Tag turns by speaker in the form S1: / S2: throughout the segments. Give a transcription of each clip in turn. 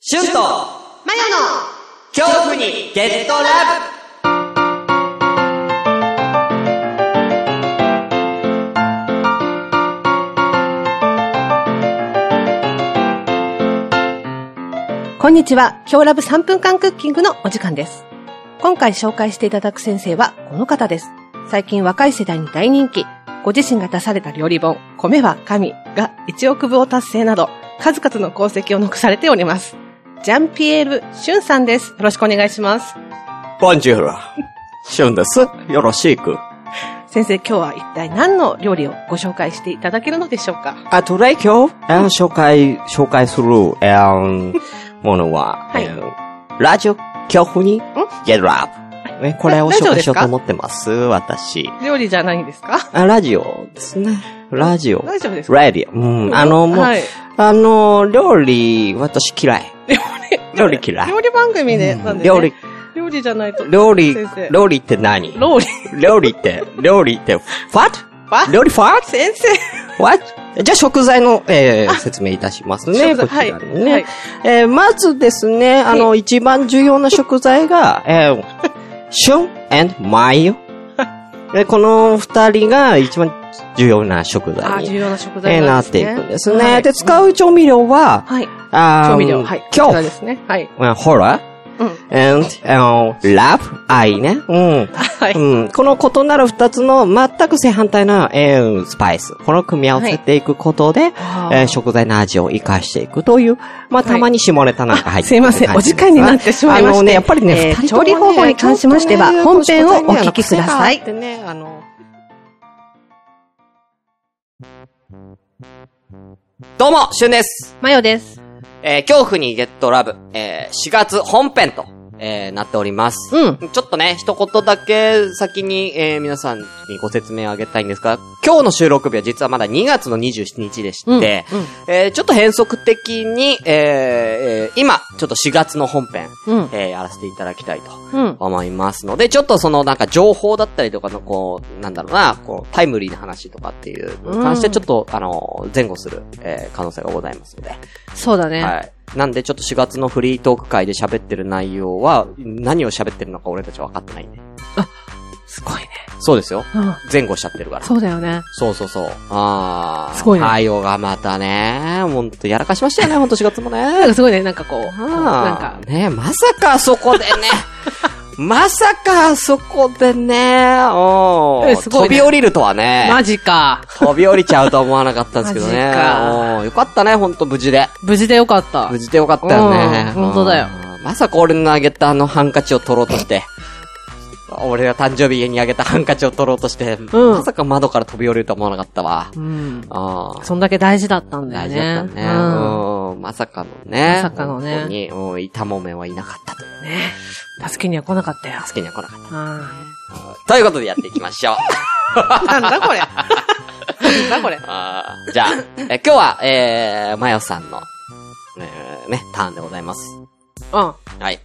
S1: シュンと
S2: マヨの
S1: 恐怖にゲットラブ
S2: こんにちは。今日ラブ3分間クッキングのお時間です。今回紹介していただく先生はこの方です。最近若い世代に大人気。ご自身が出された料理本、米は神が1億部を達成など、数々の功績を残されております。ジャンピエール・シュンさんです。よろしくお願いします。
S3: ボンジュール。シュンです。よろしく。
S2: 先生、今日は一体何の料理をご紹介していただけるのでしょうか
S3: あ、トライ今日、えー紹介、紹介する、えーものは、
S2: はい
S3: えーラジオ恐怖にゲットアップ。ねこれを
S2: ラジ
S3: 紹
S2: オ
S3: 介
S2: です
S3: し
S2: か
S3: ようと思ってます、私。
S2: 料理じゃないんですか
S3: あ、ラジオですね。ラジオ。
S2: 大丈夫ですか
S3: ラディオ。うん。あの、もう、
S2: はい
S3: あの、料理、私嫌い。料理嫌い。
S2: 料理番組で、なんで、ね、
S3: 料理、
S2: 料理じゃないと。
S3: 料理
S2: 先生、
S3: 料理って何
S2: ローリ
S3: 料理って、料理って、
S2: What？
S3: what? 料理 what?
S2: 先生
S3: What? じゃあ食材の、えー説明いたしますね。
S2: 食
S3: こ
S2: 材
S3: ちらのね、
S2: はいはい
S3: えーまずですね、あの、一番重要な食材が、えー、旬 and マ ヨ。でこの二人が一番重要な食
S2: あー
S3: 材に、
S2: 重要な食
S3: え
S2: 材
S3: ー
S2: な
S3: なんっていくん
S2: で
S3: ですす
S2: ね。
S3: ね。で、使う調味料は、
S2: はい。
S3: あー
S2: 調味料。はい。
S3: 今
S2: こちら
S3: 日
S2: ですね。はい。、
S3: うんホラ
S2: うん。
S3: ー and、u ラブ、愛ね。うん。
S2: はい。
S3: うん、この異なる二つの全く正反対な、えースパイス。この組み合わせていくことで、
S2: あ
S3: えー食材の味を活かしていくという、まあ、たまに下ネタなんか入って
S2: すいません。お時間になってしまいま
S3: あ
S2: し
S3: の
S2: た。
S3: ね、やっぱりね、
S2: えー
S3: 二人と
S2: 調
S3: もね
S2: 理方法に関しまして
S3: ちょ
S2: は、
S3: っとね
S2: 本編をお聞きください
S3: あの癖。があってねあのどうも、しゅんです。
S2: マヨです。
S3: えー恐怖にゲットラブ、えー4月本編と、えーなっております。
S2: うん。
S3: ちょっとね、一言だけ先に、えー皆さんにご説明をあげたいんですが、今日の収録日は実はまだ2月の27日でして、
S2: うんうん
S3: えーちょっと変則的に、えーえー今、ちょっと4月の本編、
S2: うん。
S3: えーやらせていただきたいと
S2: うん。
S3: 思いますので、ちょっとそのなんか情報だったりとかのこう、なんだろうな、こう、タイムリーな話とかっていうのに関して
S2: うん
S3: ちょっと、あの、前後する、えー可能性がございますので、
S2: そうだね。
S3: はい。なんでちょっと4月のフリートーク会で喋ってる内容は、何を喋ってるのか俺たちは分かってないんで。
S2: すごいね。
S3: そうですよ。
S2: うん。
S3: 前後しちゃってるから。
S2: そうだよね。
S3: そうそうそう。あー。
S2: すごいね
S3: 対応がまたね、ほんとやらかしましたよね、ほんと4月も
S2: なん
S3: ね。
S2: かすごいね。なんかこう、なん
S3: あ
S2: か
S3: ー。、ねまさかあそこ でね。まさかあそこでね、お
S2: え
S3: ー
S2: すご
S3: 飛
S2: いね
S3: び降りるとはね。
S2: マジか。
S3: 飛び降りちゃうとは思わなかったんですけどね。
S2: マジか
S3: おーよかったね、ほんと無事で。
S2: 無事でよかった
S3: 無。事でよかったよね。
S2: うん本当だよ
S3: うん。まさか俺のあげたあのハンカチを取ろうと して、俺が誕生日家にあげたハンカチを取ろうとして、
S2: ん
S3: まさか窓から飛び降りるとは思わなかったわ。
S2: うん。
S3: ああ。
S2: そんだけ大事だったんだ
S3: 大
S2: よね。
S3: 事だったね。
S2: うん。
S3: うん。まさかのね。
S2: まさかのね
S3: 本当に、うん、いたもめはいなかったという。
S2: ね助けには来なかったよ。
S3: 助けに は来なかっ
S2: うん。
S3: た。ということでやっていきましょう。
S2: なんだこれ。なんだこれ。
S3: あーじゃあ、え今日は、えー、まよさんの、えー、ね、ターンでございます。
S2: うん。
S3: はい。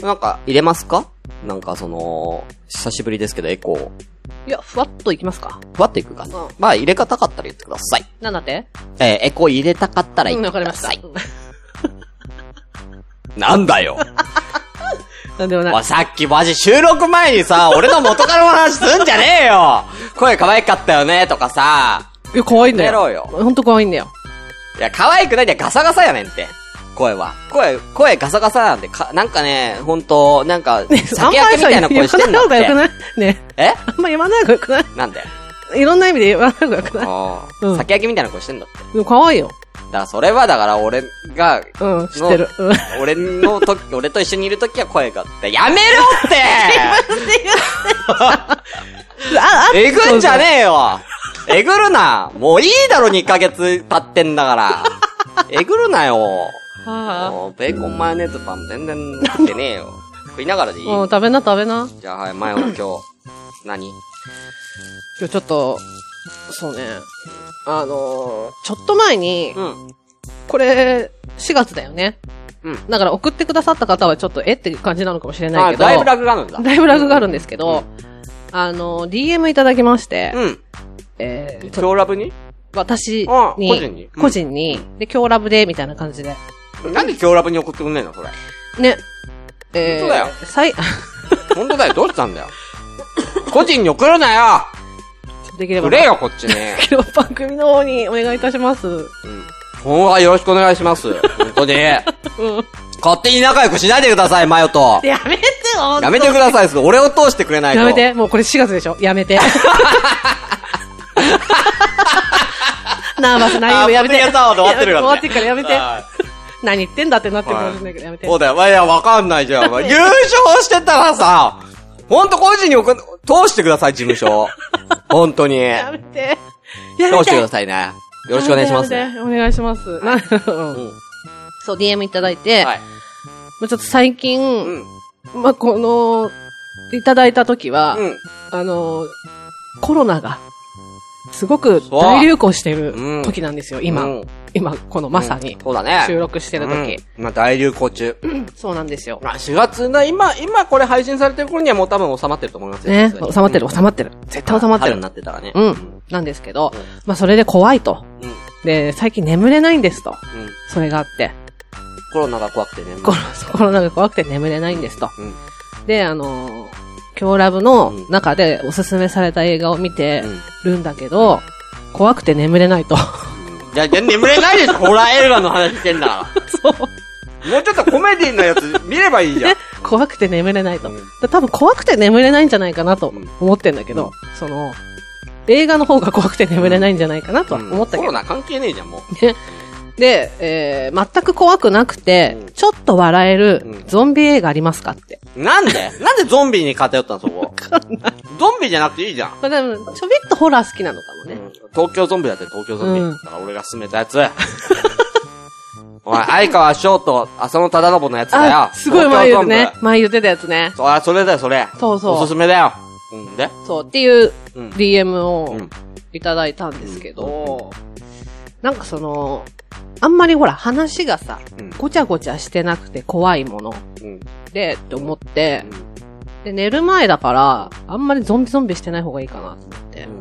S3: なんか、入れますかなんか、その、久しぶりですけど、エコー、
S2: いや、ふわっといきますか。
S3: ふわっていく感じ。
S2: うん
S3: まあ、入れ方かったら言ってください。
S2: なんだって
S3: えーエコー入れたかったら
S2: う
S3: 言
S2: ん、
S3: って
S2: わか
S3: く
S2: りま
S3: だ
S2: し
S3: さ
S2: た
S3: い。。なんだよ。
S2: なんでもない。
S3: おいさっきマジ収録前にさ、俺の元カノの話すんじゃねえよ声可愛かったよねとかさ、
S2: いや、可愛いんだ
S3: やろ
S2: よ。
S3: うよ。
S2: ほんと可愛いんだよ。
S3: いや、可愛くないんだよ、ガサガサやねんって。声は。声、声ガサガサなんで、か、なんかね、ほんと、なんか、酒焼けみたいな声してんだ
S2: あ
S3: っ
S2: んま
S3: て。
S2: 言わない方がよくないね。
S3: え
S2: あんま言わない方がよくな
S3: なんで
S2: いいろんな意味で言わない方がよくない
S3: あ
S2: うん
S3: あ、酒焼けみたいな声してんだって。
S2: でも可愛いよ。
S3: だからそれはだから俺が、
S2: うん、知ってる。うん。
S3: 俺のと、 俺と一緒にいるときは声がって、やめろって
S2: あ、あ、
S3: えぐんじゃねえよえぐるなもういいだろ、2ヶ月経ってんだからえぐるなよ
S2: は
S3: もうベーコンマヨネーズパン全然食ってねえよ食いながらでいい
S2: あ。うん、食べな食べな。
S3: じゃあはい、マヨの今 日、何
S2: 今日ちょっと、そうね。あのー、ちょっと前に、
S3: うん。
S2: これ、4月だよね。
S3: うん
S2: だから送ってくださった方はちょっと、えって感じなのかもしれない
S3: あ、
S2: けど。
S3: だいぶラグがあるんだ。
S2: だいぶラグがあるんですけど、あの、DM いただきまして、
S3: うん。
S2: えーちょっと
S3: 今日ラブに
S2: 私に、
S3: あ個人に
S2: 個人にで、今日ラブで、みたいな感じで、
S3: なんで今日ラブに送ってくんねえのそれ。
S2: ね。えー、
S3: 本当だよ
S2: さい、
S3: 本当だよ、どうしたんだよ。個人に送るなよ
S2: できれば、
S3: くれよ、こっちに。
S2: できれば番組の方にお願いいたします。うん。
S3: 今後はよろしくお願いします。本当に。勝手に仲良くしないでください、マヨと。
S2: やめてよ
S3: やめてください、俺を通してくれないと。
S2: やめて。もうこれ4月でしょ。や めて。ナーバス内容やめて。
S3: あポッドキャストは終わってるからね
S2: 終わってからやめて。
S3: は
S2: 何言ってんだってなってるかもしれないけど、やめて。
S3: そうだよ。まあいや、わかんないじゃん。まあ優勝してたらさ、ほんと個人に送る通してください、事務所。ほんとに。
S2: やめて。や
S3: 通
S2: め。
S3: しててくださいね。よろしくお願いします。
S2: やめてお願いします。なうん そう、DM いただいて、
S3: はい。
S2: もうちょっと最近、
S3: うん。
S2: まあ、この、いただいた時は、
S3: うん。
S2: あの、コロナが、すごく大流行して
S3: う
S2: る
S3: ん
S2: 時なんですよ、今。
S3: うん
S2: 今、このまさに
S3: うん、そうだね。
S2: 収録してる時、
S3: うんまあ大流行中。
S2: そうなんですよ。
S3: まあ4月の今、今これ配信されてる頃にはもう多分収まってると思いますよ。
S2: ね
S3: さす、がに
S2: 収まってる、収まってる。絶対収まって
S3: 春
S2: る
S3: に。なってたらね。
S2: う
S3: うん
S2: ん。なんですけど、まあ、それで怖いと。
S3: うん
S2: で、最近眠れないんですと。
S3: うん
S2: それがあって。
S3: コロナが怖くてね。
S2: コロ コロナが怖くて眠れないんですと。
S3: うん
S2: で、あのー、今日ラブの
S3: うん
S2: 中でおすすめされた映画を見て
S3: うん
S2: るんだけど、怖くて眠れないと。
S3: いや、全然眠れないでしょ、ホラー映画の話してんだか
S2: そう。
S3: ら。もうちょっとコメディのやつ見ればいいじゃん
S2: ね。怖くて眠れないと。
S3: うん
S2: だ多分怖くて眠れないんじゃないかなと
S3: うん
S2: 思ってんだけど、その、映画の方が怖くて眠れないんじゃないか なとは思ったけ
S3: コ
S2: ど
S3: ロ。ナ関係ねえじゃん、もう。
S2: で、えー、全く怖くなくて、
S3: うん
S2: ちょっと笑え
S3: う
S2: る
S3: ん
S2: ゾンビ映画ありますかって。
S3: なんでなんでゾンビに偏ったの、そこ。ゾンビじゃなくていいじゃん。
S2: まあでも、ちょびっとホラー好きなのかもね。
S3: 東京ゾンビだって東京ゾンビ。
S2: うん
S3: だから俺が勧めたやつ。 お前、相川翔と浅野忠信のやつだよ
S2: あ、。すごい前
S3: 東京
S2: 言
S3: ゾ
S2: う
S3: ンビ
S2: ね。前言ってたやつね。
S3: そあ、それだよ、それ。
S2: そうそう
S3: おすすめだよ。うんで
S2: そう、っていう
S3: うん
S2: DM を
S3: うん
S2: いただいたんですけど、なんかその、あんまりほら、話がさ、
S3: うん
S2: ごちゃごちゃしてなくて怖いもの
S3: うん。
S2: で、って思って、で、寝る前だから、あんまりゾンビゾンビしてない方がいいかなと思って。
S3: うん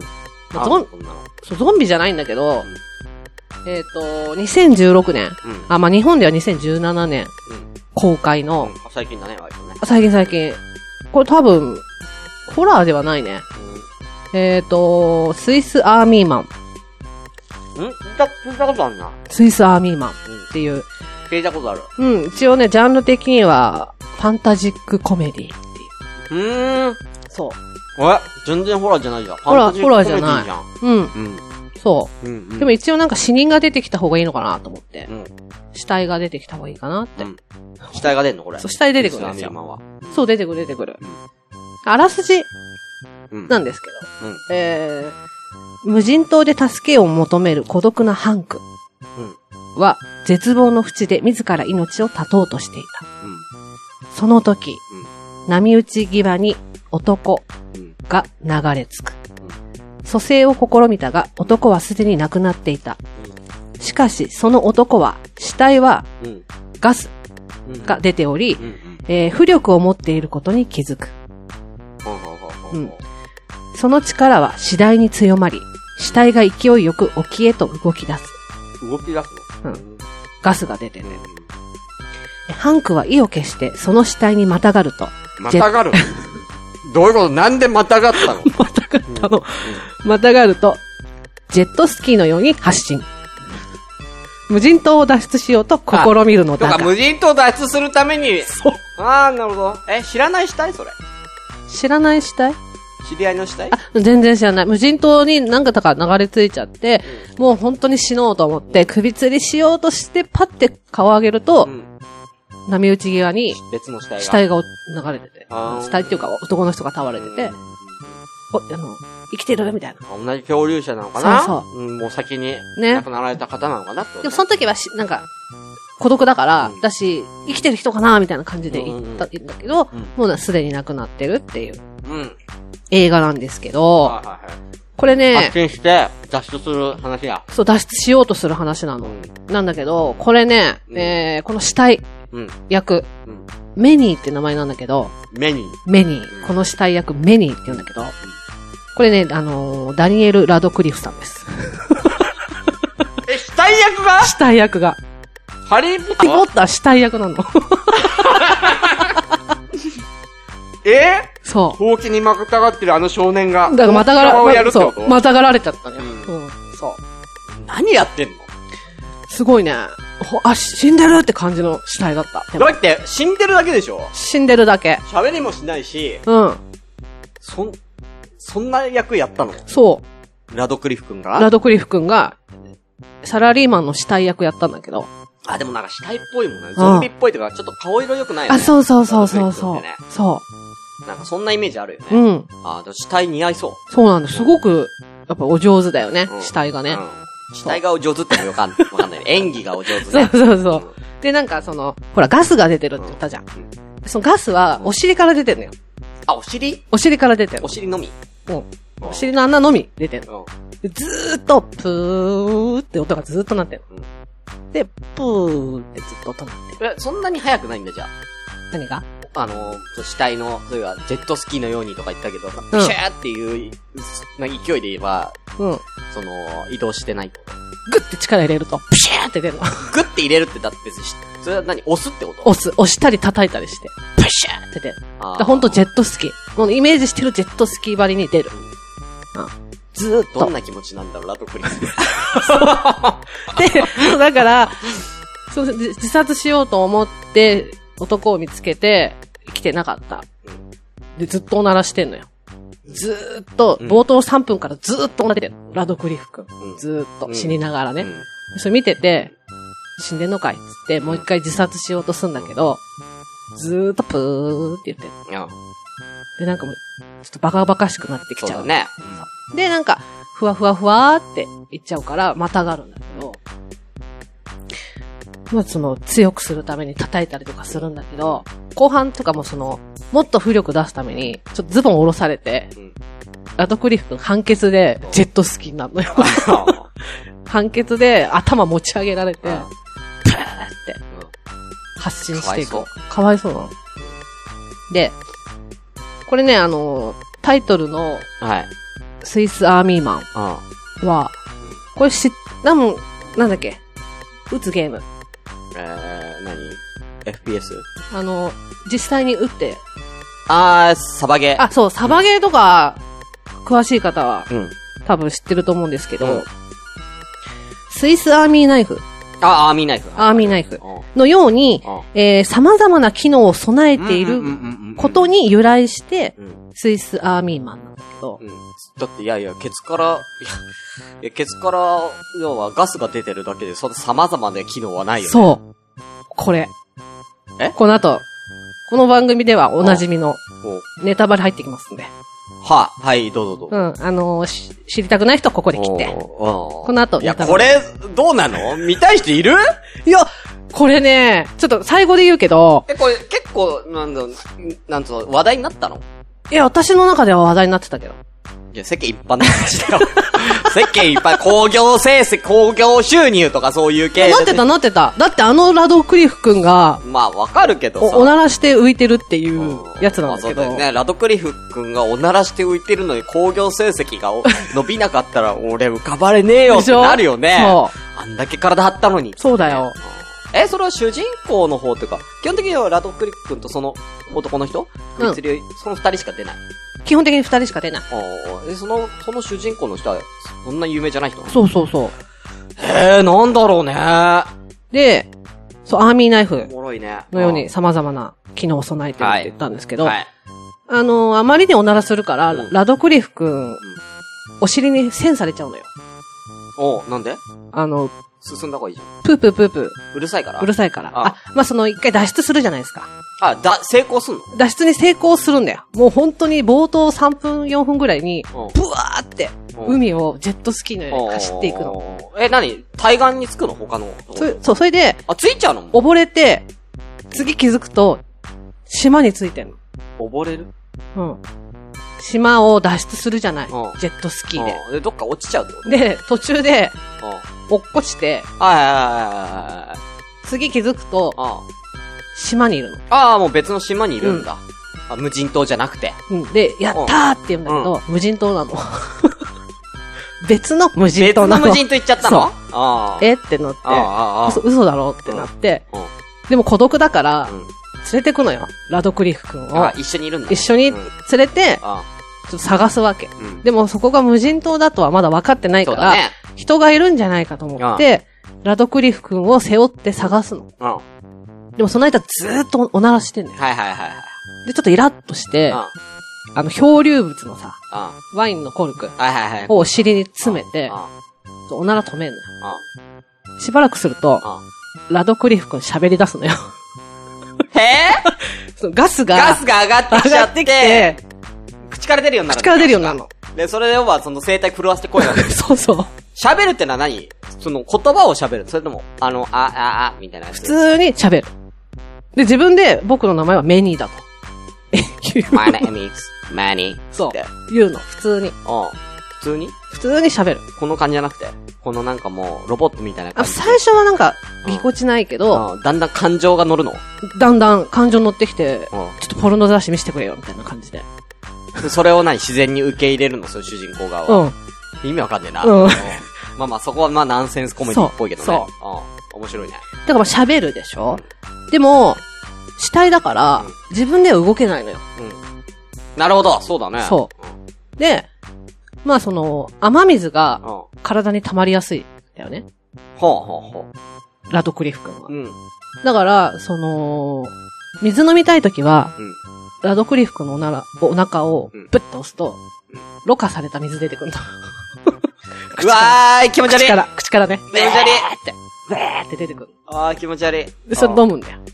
S2: まあゾン
S3: こんなの
S2: そう、ゾンビじゃないんだけど、えっ、と、2016年、
S3: うん
S2: あ、まあ、日本では2017年公開
S3: う
S2: の、
S3: ん最近だね、割とね。
S2: 最近最近、これ多分、ホラーではないね。えっ、と、スイスアーミーマン。
S3: うん聞いた、聞いたことあるな。
S2: スイスアーミーマンっていう。
S3: 聞いたことある。
S2: うん、一応ね、ジャンル的には、ファンタジックコメディっていう。
S3: うーん。
S2: そ
S3: え全然ホラーじゃないじゃん。
S2: ホラー
S3: ファンタジックコメディ
S2: ホラーじ
S3: じゃ
S2: う。うん、
S3: ん。
S2: そ
S3: うん。うんう
S2: う。
S3: ん。
S2: でも一応なんか死人が出てきた方がいいのかなと思って
S3: う。ん。
S2: 死体が出てきた方がいいかなって。
S3: うん死体が出んのこれ。
S2: そう、死体出てくるんです
S3: リスナー
S2: よ。
S3: の山は
S2: そう、出てくる出てくる
S3: うん。
S2: あらすじ
S3: うん。
S2: なんですけど。
S3: うん
S2: えー、無人島で助けを求める孤独なハンクは、絶望の淵で自ら命を絶とうとしていた。その時、波打ち際に男
S3: うん
S2: が流れ着く。蘇生を試みたが、男はすでに亡くなっていた。しかし、その男は、死体は
S3: うん。うん。
S2: ガス
S3: うん。
S2: が出ており
S3: う、ん。うん。
S2: えー浮力を持っていることに気づく。
S3: ほうほうほうほ
S2: うんその力は次第に強まり、死体が勢いよく沖へと動き出す。
S3: う動き出すの
S2: うん
S3: うん。
S2: ガスが出てる。ハンクは意を決して、その死体にまたがると、
S3: またがるどういうことなんでまたがったの
S2: またがったの。またがると、ジェットスキーのように発進。無人島を脱出しようと試みるの
S3: と
S2: だ
S3: か、
S2: が、
S3: 無人島脱出するために。
S2: そう
S3: ああ、なるほど。え、知らない死体それ。
S2: 知らない死体
S3: 知り合いの死体
S2: 全然知らない。無人島に何かだか流れ着いちゃって、もう本当に死のうと思って、首吊りしようとして、パッて顔を上げると、
S3: うん。
S2: 波打ち際に
S3: 別の死体が。
S2: 死体が流れてて、
S3: あー
S2: 死体っていうか男の人が倒れて
S3: うん
S2: て、お、あの、生きてるみたいな。
S3: 同じ恐竜者なのかな
S2: そう
S3: そう。ん、もう先に、
S2: ね
S3: 亡くなられた方なのかなって。
S2: でもその時はし、なんか、孤独だから、
S3: うん
S2: だし、生きてる人かなみたいな感じで言った、
S3: うん
S2: 言ったけど、
S3: うん
S2: もうなすでに亡くなってるっていう
S3: うん。はい
S2: 映画なんですけど、
S3: はいはい。
S2: これね
S3: 発、見して、脱出する話や。
S2: そう脱出しようとする話なの。なんだけど、これね、
S3: うん
S2: えー、この死体
S3: うん。
S2: 役、
S3: うん
S2: メニーって名前なんだけど、
S3: 目に。
S2: メニー、
S3: うん
S2: この死体役メニーって言うんだけど、これね、あのーダニエ ル・ラドクリフさんです。
S3: え、死体役が
S2: 死体役が。
S3: ハリーポッ
S2: ハリーポ
S3: タ
S2: ッター死体 役なの。
S3: ーえ
S2: そう。
S3: ほうきにまくたがってるあの少年が。
S2: だからまたが
S3: ほうきをやるっ
S2: ら、
S3: て
S2: そ
S3: こ
S2: う。
S3: と
S2: またがられちゃったね。
S3: う
S2: うん。そう。
S3: 何やってんの
S2: すごいね。ほあ、死んでるって感じの死体だった。でも
S3: だって、死んでるだけでしょ
S2: 死んでるだけ。
S3: 喋りもしないし、
S2: うん。
S3: そん、そんな役やったの
S2: そう。
S3: ラドクリフ君
S2: ラ
S3: が
S2: ドクリフ君が、サラリーマンの死体役やったんだけど。
S3: あ、でもなんか死体っぽいもんね。ゾンビっぽいとか、ちょっと顔色良くないよね。
S2: あ、そうそうそうそう
S3: ラ
S2: そ
S3: ドクリフ君って
S2: う。そ
S3: ね。なんかそんなイメージあるよね。
S2: う。うん。
S3: あ、でも死体似合いそう。
S2: そうなんだ。すごく、やっぱお上手だよね
S3: う。ん
S2: 死体がね
S3: う。ん死体がお上手ってのもよかん、わかんない。演技がお上手
S2: そう
S3: ね。
S2: そうそう。で、なんかその、ほら、ガスが出てるって言ったじゃん。そのガスは、お尻から出てんのよ。
S3: あ、お尻
S2: お尻から出てる
S3: お。尻のみ。
S2: うん。お尻の穴のみ出てる。
S3: うん。
S2: でずーっと、プーって音がずーっとなってる
S3: う。
S2: で、プーってずっと音鳴ってる。
S3: え、そんなに速くないんだ、じゃ
S2: 何が
S3: あ。あのー、そう死体の、そういえば、ジェットスキーのようにとか言ったけど、シ
S2: うん
S3: ャーっていう、な勢いで言えば、
S2: うん。グ
S3: その、移動してないと。
S2: ッて力入れると、プシャーって出るの。
S3: グッて入れるってだって別にし、それは何押すってこと
S2: 押す、押したり叩いたりして、プシャーって出る。
S3: あー
S2: だほんとジェットスキー。このイメージしてるジェットスキーばりに出る。うんずーっ
S3: ど
S2: と
S3: ん。な気持ちなんだろう、ラドクリフ。
S2: で、 そうだから、そう自自殺しようと思って、男を見つけて、生きてなかった。で、ずっとおならしてんのよ。ずーっと、
S3: ん
S2: 冒頭3分からずーっとおならしてる。ラドクリフ君。
S3: うん
S2: ずーっ
S3: う
S2: と、
S3: ん
S2: 死にながらね。
S3: うん
S2: それ見てて、死んでんのかいっつって、もう一回自殺しようとすんだけど、ずーっとプーって言ってる。
S3: うん。
S2: で、なんかもう、ちょっとバカバカしくなってき
S3: そ
S2: ち
S3: う
S2: ゃ
S3: だ
S2: う。
S3: ね。
S2: で、なんか、ふわふわふわーって言っちゃうから、またがるんだけど、まあその、強くするために叩いたりとかするんだけど、後半とかもその、もっと浮力出すために、ちょっとズボン下ろされて、
S3: うん。
S2: ラドクリフ君判決で、ジェットスキーになるの よ。判決で、頭持ち上げられて、プ
S3: う
S2: ー
S3: ん
S2: って、発信していく。かわいそうなの。で、これね、あの、タイトルの、
S3: はい。
S2: スイスアーミーマン。
S3: うん。
S2: は、これし、なんも、なんだっけ撃つゲーム。
S3: えー、何 ?FPS?
S2: あの、実際に撃って。
S3: あー、サバゲー。
S2: あ、そう、サバゲーとか、詳しい方は、
S3: うん。
S2: 多分知ってると思うんですけど、
S3: うん
S2: スイスアーミーナイフ、
S3: あ、アーミーナイフ。
S2: アーミーナイフ
S3: うん。うん
S2: のように、
S3: うん
S2: えー、様々な機能を備えていること
S3: に。
S2: に由来して、
S3: うん。
S2: スイスアーミーマンなんだけど
S3: う、ん。だって、いやいや、ケツから、いや、いやケツから、要はガスが出てるだけで、その様々な機能はないよね。う。
S2: そう。これ。
S3: え
S2: この後、この番組ではおなじみのネタバレ入ってきますんで。
S3: は、はい、どうぞどう
S2: う
S3: ぞ。
S2: ん、あのーし知りたくない人はここで切って。
S3: こ
S2: この後
S3: いや、
S2: ネタ
S3: こ
S2: バ
S3: れ、どうなの見たい人いる
S2: いや、これね、ちょっと最後で言うけど、
S3: え、これ、結構、なんだ、なんつうの、話題になったの
S2: いや、私の中では話題になってたけど。
S3: いや、世間一般の話だよ。 世間一般、工業成績、工業収入とかそういう系で
S2: なってたなってた。だってあのラドクリフ君が、
S3: まあ、わかるけどさ。
S2: おおならして浮いてるっていうやつなんだけ
S3: まあそ
S2: ど。
S3: うだよね。ラドクリフ君がおならして浮いてるのに工業成績 がお伸びなかったら俺浮かばれねえよ
S2: で
S3: っ
S2: してょ
S3: なるよね。。
S2: そう
S3: あんだけ体張ったのに。
S2: そうだよ。
S3: え、それは主人公の方っていうか、基本的にはラドクリフ君とその男の人、
S2: うん
S3: 密漁その二人しか出ない。
S2: 基本的に二人しか出ない。
S3: ああえ、その、その主人公の人は、そんな有名じゃない人
S2: そうそうそう。
S3: えー、なんだろうね。
S2: で、そう、アーミーナイフ
S3: おもろいね。
S2: のように様々な機能を備えてるって言ったんですけ
S3: うん。
S2: ど、
S3: はい。
S2: あのーあまりにおならするから、
S3: うん
S2: ラドクリフ君、お尻に栓されちゃうのよ。
S3: おうなんで
S2: あの、
S3: 進んだ方がいいじゃ
S2: プープープープー。
S3: ん。うるさいから。
S2: うるさいから。あ
S3: あ
S2: まあ、その一回脱出するじゃないですか。
S3: あ、だ、成功すんの
S2: 脱出に成功するんだよ。もう本当に冒頭3分4分ぐらいに、
S3: うん
S2: ブワーって、
S3: うん
S2: 海をジェットスキーのように走っていくの。
S3: の。え、何対岸につくの他の。
S2: それそう、それで、
S3: あ、ついちゃうのも
S2: 溺れて、次気づくと、島についてん
S3: う溺れる
S2: の。うん。島を脱出するじゃない。
S3: うん
S2: ジェットスキーで。
S3: うんで、どっか落ちちゃうってこと
S2: で、途中で、
S3: うん。はい
S2: 落っこちて、
S3: はいはいはいはいはい。
S2: 次気づくと、
S3: あ
S2: 島にいるの。
S3: ああ、もう別の島にいるんだ。あ無人島じゃなくて。
S2: うん。で、やったーって言うんだけど、無人島なの。 別の無人
S3: 別
S2: 島な
S3: の
S2: の。
S3: 無人と言っちゃったの
S2: そう
S3: ああ。
S2: えってなって
S3: ああ、ああ、あ
S2: 嘘、嘘だろってなって
S3: うんうん、
S2: でも孤独だから
S3: あ。、うん
S2: 連れてくのよ。ラドクリフ君を
S3: あ、。一緒にいるんだ。
S2: 一緒に
S3: う
S2: 連
S3: ん
S2: れて、ちょ
S3: あ
S2: っと探すわけ。
S3: あ、うん。
S2: でもそこが無人島だとはまだ分かってない
S3: そ
S2: か
S3: うだ
S2: ら、
S3: ね。
S2: 人がいるんじゃないかと思って、ラドクリフ君を背負って探すの。
S3: うん。はい
S2: でもその間ずーっとおならしてんのよ。
S3: はいはいはい。
S2: で、ちょっとイラッとして、
S3: うん。うん
S2: あ。の、漂流物のさ、
S3: は
S2: ワインのコルク
S3: いはいはい。
S2: をお尻に詰めて
S3: うん、。
S2: おなら止めんのよ。
S3: う
S2: しばらくすると、ラドクリフ君喋り出すのよ。
S3: ん。へぇ
S2: そのガスが、
S3: ガスが上がってき
S2: 上
S3: ちゃ
S2: が
S3: っ
S2: っ
S3: て、
S2: てきて、
S3: 口から出るようになる。
S2: 口から出るようになるの。
S3: で、それではその声帯狂わせて声が 出る。
S2: そうそう。
S3: 喋るってのは何その言葉を喋るそれとも、あの、あ、あ、あ、みたいなやつ。
S2: 普通に喋る。で、自分で僕の名前はメニーだと。言う。
S3: My name is Manny.
S2: そ
S3: って
S2: う。言うの。普通に。
S3: うん。普通に
S2: 普通に喋る。
S3: この感じじゃなくて、このなんかもう、ロボットみたいな
S2: あ
S3: 感じ。
S2: 最初はなんか、ぎこちないけど、
S3: うんだんだん感情が乗るの。
S2: だんだん感情乗ってきて、
S3: うん。
S2: ちょっとポルノ雑誌見せてくれよ、みたいな感じで。
S3: でそれを何自然に受け入れるの、その主人公側
S2: う
S3: は。
S2: ん。
S3: 意味わかんねえな。
S2: うん
S3: うんまあまあ、そこはまあ、ナンセンスコメディっぽいけどね。
S2: そう
S3: うん。面白いね。
S2: だからまあ喋るでしょでも、死体だから
S3: うん、
S2: 自分では動けないのよ。
S3: なるほど、そうだね。
S2: そうで、まあその、雨水
S3: ん。
S2: が
S3: うん。ほ
S2: 体に溜まりやすいんだよね。
S3: うほうほ
S2: ラドクリフ君は
S3: う。。うん。
S2: だから、その、水飲みたいときは、
S3: うん
S2: ラドクリフ君のおなら、お腹を
S3: うん、
S2: ぶっと押すと
S3: うん、
S2: ろ過された水出てくる の。
S3: うわーい、気持ち悪い
S2: 口から、口からね。
S3: 気持ち悪い
S2: って、ブーって出てくる。
S3: あー、気持ち悪い。
S2: で、それ飲むんだよ。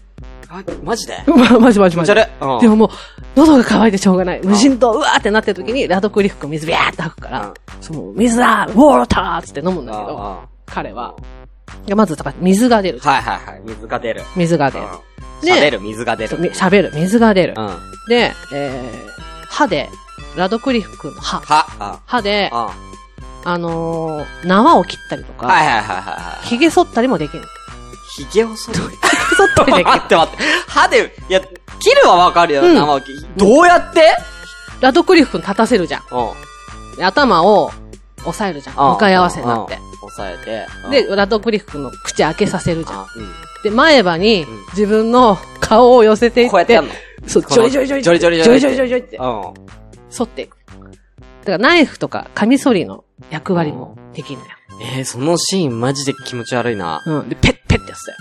S3: あマジで
S2: ま、まじま
S3: 気
S2: じ
S3: 持
S2: ま
S3: ち
S2: じ。
S3: 悪い。
S2: でももう、喉が渇いてしょうがない。無人島、うわーってなってる時に、ラドクリフ君水ビャーって吐くか
S3: うん
S2: ら、その、水だウォーターっつって飲むん
S3: うん
S2: だ
S3: うん
S2: けど、
S3: は
S2: 彼は、いやまず、だから水が出る
S3: い。はいはい。水が出る。
S2: 水が
S3: う
S2: 出る。
S3: ん
S2: で
S3: 喋る、水が出
S2: そう
S3: る。
S2: み喋る。水が出る
S3: う。ん。
S2: で、えー、歯で、ラドクリフ君の歯。
S3: は、
S2: 歯で、
S3: うん。うん。
S2: あのー、縄を切ったりとか、
S3: はいはいはいはいはい。
S2: 髭剃ったりもできる。
S3: ひげを剃る。
S2: 髭剃ったり
S3: 待
S2: できる。
S3: って待って。歯で、いや、切るはわかるよ、
S2: うん
S3: 生切りどうやって
S2: ラドクリフ君立たせるじゃん。
S3: うん。
S2: で頭を押さえるじゃん。
S3: うん
S2: 向かい合わせになって。。
S3: うん押さえて。うん、
S2: で、ラドクリフ君の口開けさせるじゃん。
S3: あ、うん。
S2: で、前歯に
S3: うん
S2: 自分の顔を寄せていって、
S3: こうやってやんの
S2: そう、
S3: こ
S2: ジョ
S3: の
S2: イジョイジョイ
S3: ジョリジョリ
S2: ジ
S3: ジ
S2: ョ
S3: ョリ
S2: イジョイジョイジョイって、
S3: うん。
S2: 剃っていく。だからナイフとかカミソリの役割もできるのよ。
S3: えー、そのシーンマジで気持ち悪いな。
S2: うん。で、ペッペッってやつだよ。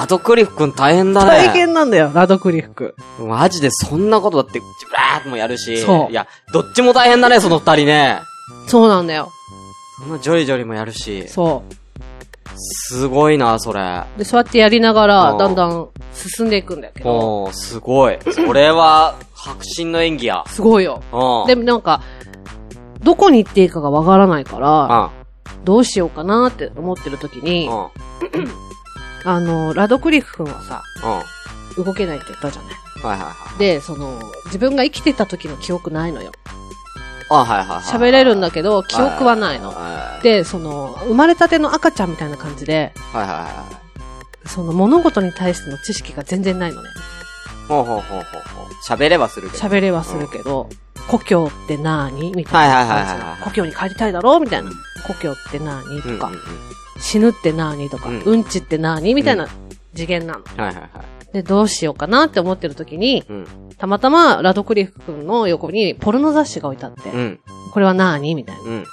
S3: ラドクリフ君大変だね。
S2: 大変なんだよ、ラドクリフ君。
S3: マジでそんなことだって、ブラーってもやるし。
S2: そう
S3: いや、どっちも大変だね、その二人ね。
S2: そうなんだよ。
S3: そんなジョリジョリもやるし。
S2: そ
S3: すごいな、それ。
S2: う。で、そうやってやりなが
S3: う
S2: ら、
S3: ん
S2: だんだん進んでいくんだけど、
S3: おー、すごい。それは、白真の演技や。
S2: すごいよ。
S3: うん。
S2: でもなんか、どこに行っていいかがわからないから、
S3: う
S2: どうしようかなって思ってる時に
S3: ん。う、ん。
S2: あの、ラドクリフ君はさ、
S3: うん。
S2: 動けないって言ったじゃない。
S3: はいはいはい。
S2: で、その、自分が生きてた時の記憶ないのよ。
S3: あ、はいはいはい。
S2: 喋れるんだ
S3: け
S2: けど、記憶はないの。
S3: はい
S2: で、その、生まれたての赤ちゃんみたいな感じで、
S3: はいはい。
S2: その物事に対しての知識が全然ないのね。
S3: ほうほうほうほうほう。喋ればするけど。
S2: 喋れはするけど、故郷って何み
S3: は
S2: た
S3: い
S2: い
S3: はい
S2: な
S3: はいは
S2: 感じ
S3: い
S2: の
S3: はい。
S2: 故郷に帰りたいだろみたいな
S3: うん。
S2: 故郷って何
S3: うんう
S2: と
S3: んうん。
S2: か
S3: はい、
S2: 死ぬって何とか、
S3: うん
S2: うんちって何みたいな次元なの。
S3: はいはい。
S2: で、どうしようかなって思ってる時に、
S3: うん。
S2: たまたまラドクリフ君の横にポルノ雑誌が置いてあって、
S3: うん。
S2: これは何みたいな。
S3: うん。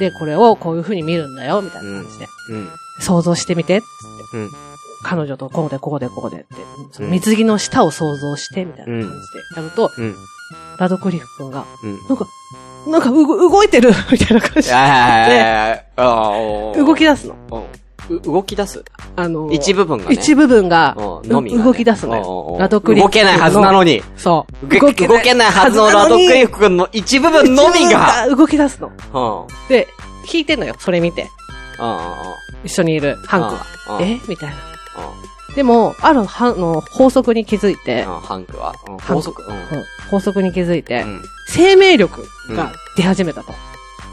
S2: で、これをこういう風に見るんだよ、みたいな感じで。
S3: うん。
S2: 想像してみて、つって。
S3: うん
S2: 彼女とこうでこうでこうでって、その水着の下を想像して、みたいな感じでやると、
S3: うん。
S2: ラドクリフ君が、
S3: うん。
S2: なんか、なんかうご動いてる みたいな感じ
S3: いやいやいやいやあーおー
S2: で、動き出すの。
S3: うんう動き出す
S2: あのー、
S3: 一部分がね。
S2: 一部分が、
S3: うんのみがね
S2: 動き出すの
S3: おうおうお
S2: よ
S3: う。
S2: ラドクリフ
S3: 動けないはずなのに。
S2: そう。
S3: 動け動けないはずのラドクリ
S2: フ
S3: フ君の一部分のみが。
S2: 動き出すの。
S3: うん。うん
S2: で、聞いてんのよ、それ見て。
S3: うんうん。
S2: 一緒にいる、ハンクは。
S3: うん
S2: えみたいな。
S3: う
S2: でも、あるはの法則に気づいて
S3: ん。、うんハンクは。うん
S2: ハンク
S3: 法則。うん。
S2: うん法則に気づいて、
S3: うん
S2: 生命力が出始めたと。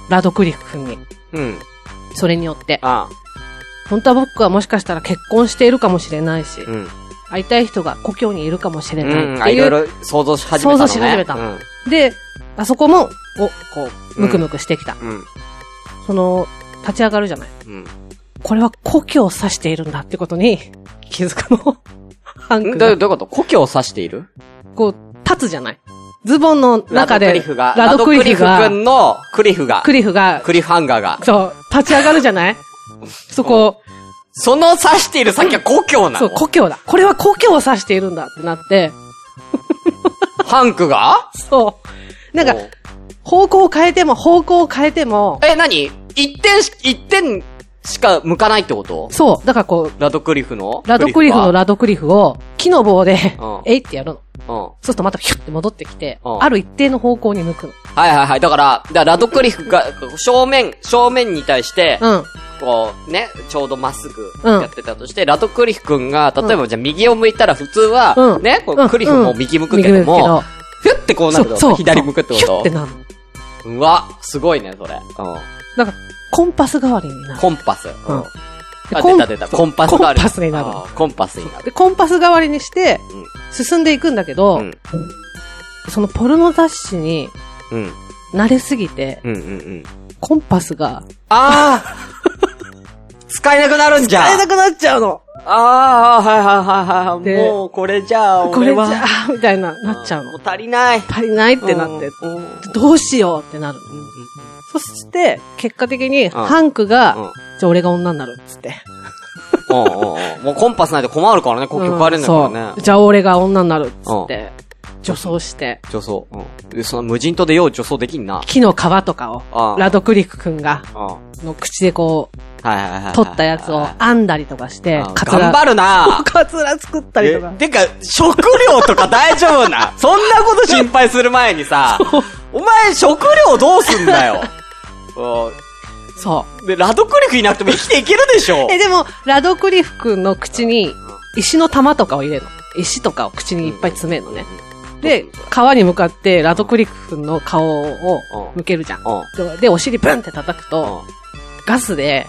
S2: ラドクリフ君に。
S3: うん。
S2: それによって。
S3: あ
S2: 本当は僕はもしかしたら結婚しているかもしれないし、
S3: うん。
S2: 会いたい人が故郷にいるかもしれ
S3: う
S2: ない
S3: ん。
S2: っ
S3: あ
S2: てい。
S3: いうろいろ想像し始めたのね。
S2: 想像し始めた
S3: うん。
S2: で、あそこも、お、こう、ムクムクしてきた。
S3: うん。
S2: その、立ち上がるじゃない。
S3: うん。
S2: これは故郷を指しているんだってことに気づく の。ハンク
S3: どうい
S2: が
S3: うこと故郷を指している
S2: こう、立つじゃない。ズボンの中
S3: ラドク
S2: で
S3: リ、フが、
S2: ラドクリフ
S3: ラ
S2: が
S3: ドクリフ君のクリフが、
S2: クリフが、
S3: クリフハンガーが、
S2: そう、立ち上がるじ ゃないそこ、
S3: その指している先は故郷な
S2: そう、
S3: の
S2: 故郷だ。これは故郷を指しているんだってなって、
S3: ハンクが
S2: そう。なんか
S3: お、う
S2: 方向を変えても、方向を変えても、
S3: え、何一点し、一点しか向かないってこと
S2: そう、だからこう、
S3: ラドクリフの
S2: ラドクリフのラドクリフを、木の棒で
S3: うん、
S2: えいってやるの。
S3: うん。は
S2: そうするとまたヒュッて戻ってきて、
S3: うん
S2: ある一定の方向に抜くの。
S3: いはいはい。だから、だからラドクリフが、 正面、正面に対して、
S2: うん。
S3: こう、ね、ちょうどまっすぐ
S2: うん
S3: やってたとして、ラドクリフ君が、例えばじゃあ右を向いたら普通は、
S2: うん
S3: ね、こ
S2: う
S3: うんクリフも右向くけども、ふってこうなる
S2: そう、そ
S3: と、
S2: う。
S3: 左向くってこ
S2: ヒュッ
S3: と
S2: てなるの。
S3: うわ、すごいね、それ。うん。
S2: なんか、コンパス代わりになる。
S3: コンパス。うん。
S2: うんで
S3: あ、
S2: コ
S3: 出
S2: ン
S3: た出た。コンパスがある。
S2: コンパスになる
S3: あーコンパスになる。
S2: で、コンパス代わりにして、進んでいくんだけど、
S3: うん
S2: そのポルノ雑誌に
S3: うん。
S2: 慣れすぎて、
S3: うんうんうん。
S2: コンパスが、
S3: あー 使えなくなるんじゃん。
S2: 会えなくなっちゃうの
S3: あー、はいはいはい
S2: で
S3: はい。もう、これじゃあ、
S2: これ
S3: 俺
S2: じ
S3: は。
S2: ゃあ、みたいな、なっちゃう
S3: も
S2: の
S3: う。足りない。っ
S2: 足りないってなって、
S3: うん。うん
S2: どうしようってなるの。そして、結果的に、ハンクが、
S3: うん
S2: じゃあ俺が女になるっつって。
S3: うんうんうんもうコンパスないと困るからね、国境変えれないから
S2: そう
S3: ね。
S2: じゃあ俺が女になるっつって、女装して、
S3: 女装。うん。で、その無人島でよう女装できんな。
S2: 木の皮とか
S3: あ
S2: を、ラドクリフ君が、
S3: うん。はい
S2: の口でこう、
S3: はいはいはい。
S2: 取ったやつを編んだりとかして
S3: うん、
S2: カツラ
S3: 頑張る な
S2: カツラ作ったりとか
S3: え。てか、食料とか大丈夫 なそんなこと心配する前にさ、お前食料どうすんだよ。う
S2: そ
S3: んで、ラドクリフいなくても生きていけるでしょ
S2: う。え、でも、ラドクリフ君の口に、石の玉とかを入れるの。石とかを口にいっぱい詰めるのね。で、川に向かって、ラドクリフ君の顔を向けるじゃん。
S3: うん。うん。
S2: でで、お尻ブンって叩く
S3: うん。
S2: と、ガスで、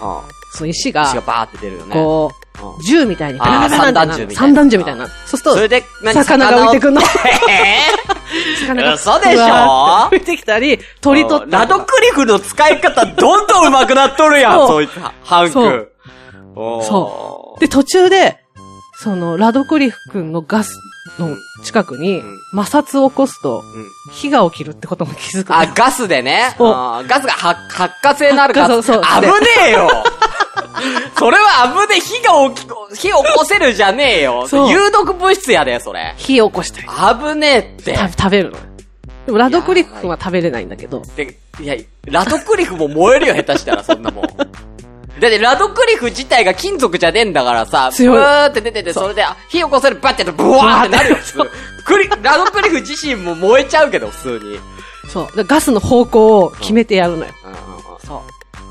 S2: その石が
S3: 血が、バーって出るよね。
S2: こ
S3: う
S2: う、
S3: ん
S2: 銃みたいに、
S3: あー
S2: ガラガラガラってなる
S3: 散弾
S2: 散
S3: 銃
S2: 弾銃
S3: み
S2: み
S3: た
S2: た
S3: い
S2: い
S3: な
S2: な。そうすると、
S3: それで、何
S2: 魚が浮いて くんの。
S3: え
S2: 魚
S3: ー
S2: が
S3: 嘘でし
S2: う
S3: ょ
S2: わーって浮いてきたり、鳥取った
S3: ラ
S2: りと
S3: ド
S2: か。
S3: クリフの使い方どんどん上手くなっとるやん、
S2: そう
S3: そういった、ハン
S2: そ
S3: ク
S2: う。
S3: おー
S2: そで、途中で、その、ラドクリフ君のガスの近くに
S3: ん、
S2: 摩擦を起こすと、
S3: うん
S2: 火が起きるってことも気づくの。
S3: あ、ガスでね。
S2: そう
S3: あーガスが発発火性のあるガス。
S2: そうそう
S3: 危ねえよそれは危ねえ。火が起きこ、火起こせるじゃねえよ。
S2: そう
S3: 有毒物質やで、それ。
S2: 火を起こしたり。
S3: 危ねえって。
S2: た食べるの。でも、ラドクリフ君は食べれないんだけど、
S3: で、いや、ラドクリフも燃えるよ、下手したら、そんなもん。だって、ラドクリフ自体が金属じゃねえんだからさ、
S2: 強い
S3: ブーって出てて、それで、あ火起こせる、バッてやったら、ブワーってなるよ、普通。クリ、ラドクリフ自身も燃えちゃうけど、普通に。うんうんうん
S2: そう。でガスの方向を決めてやるのよ。そう。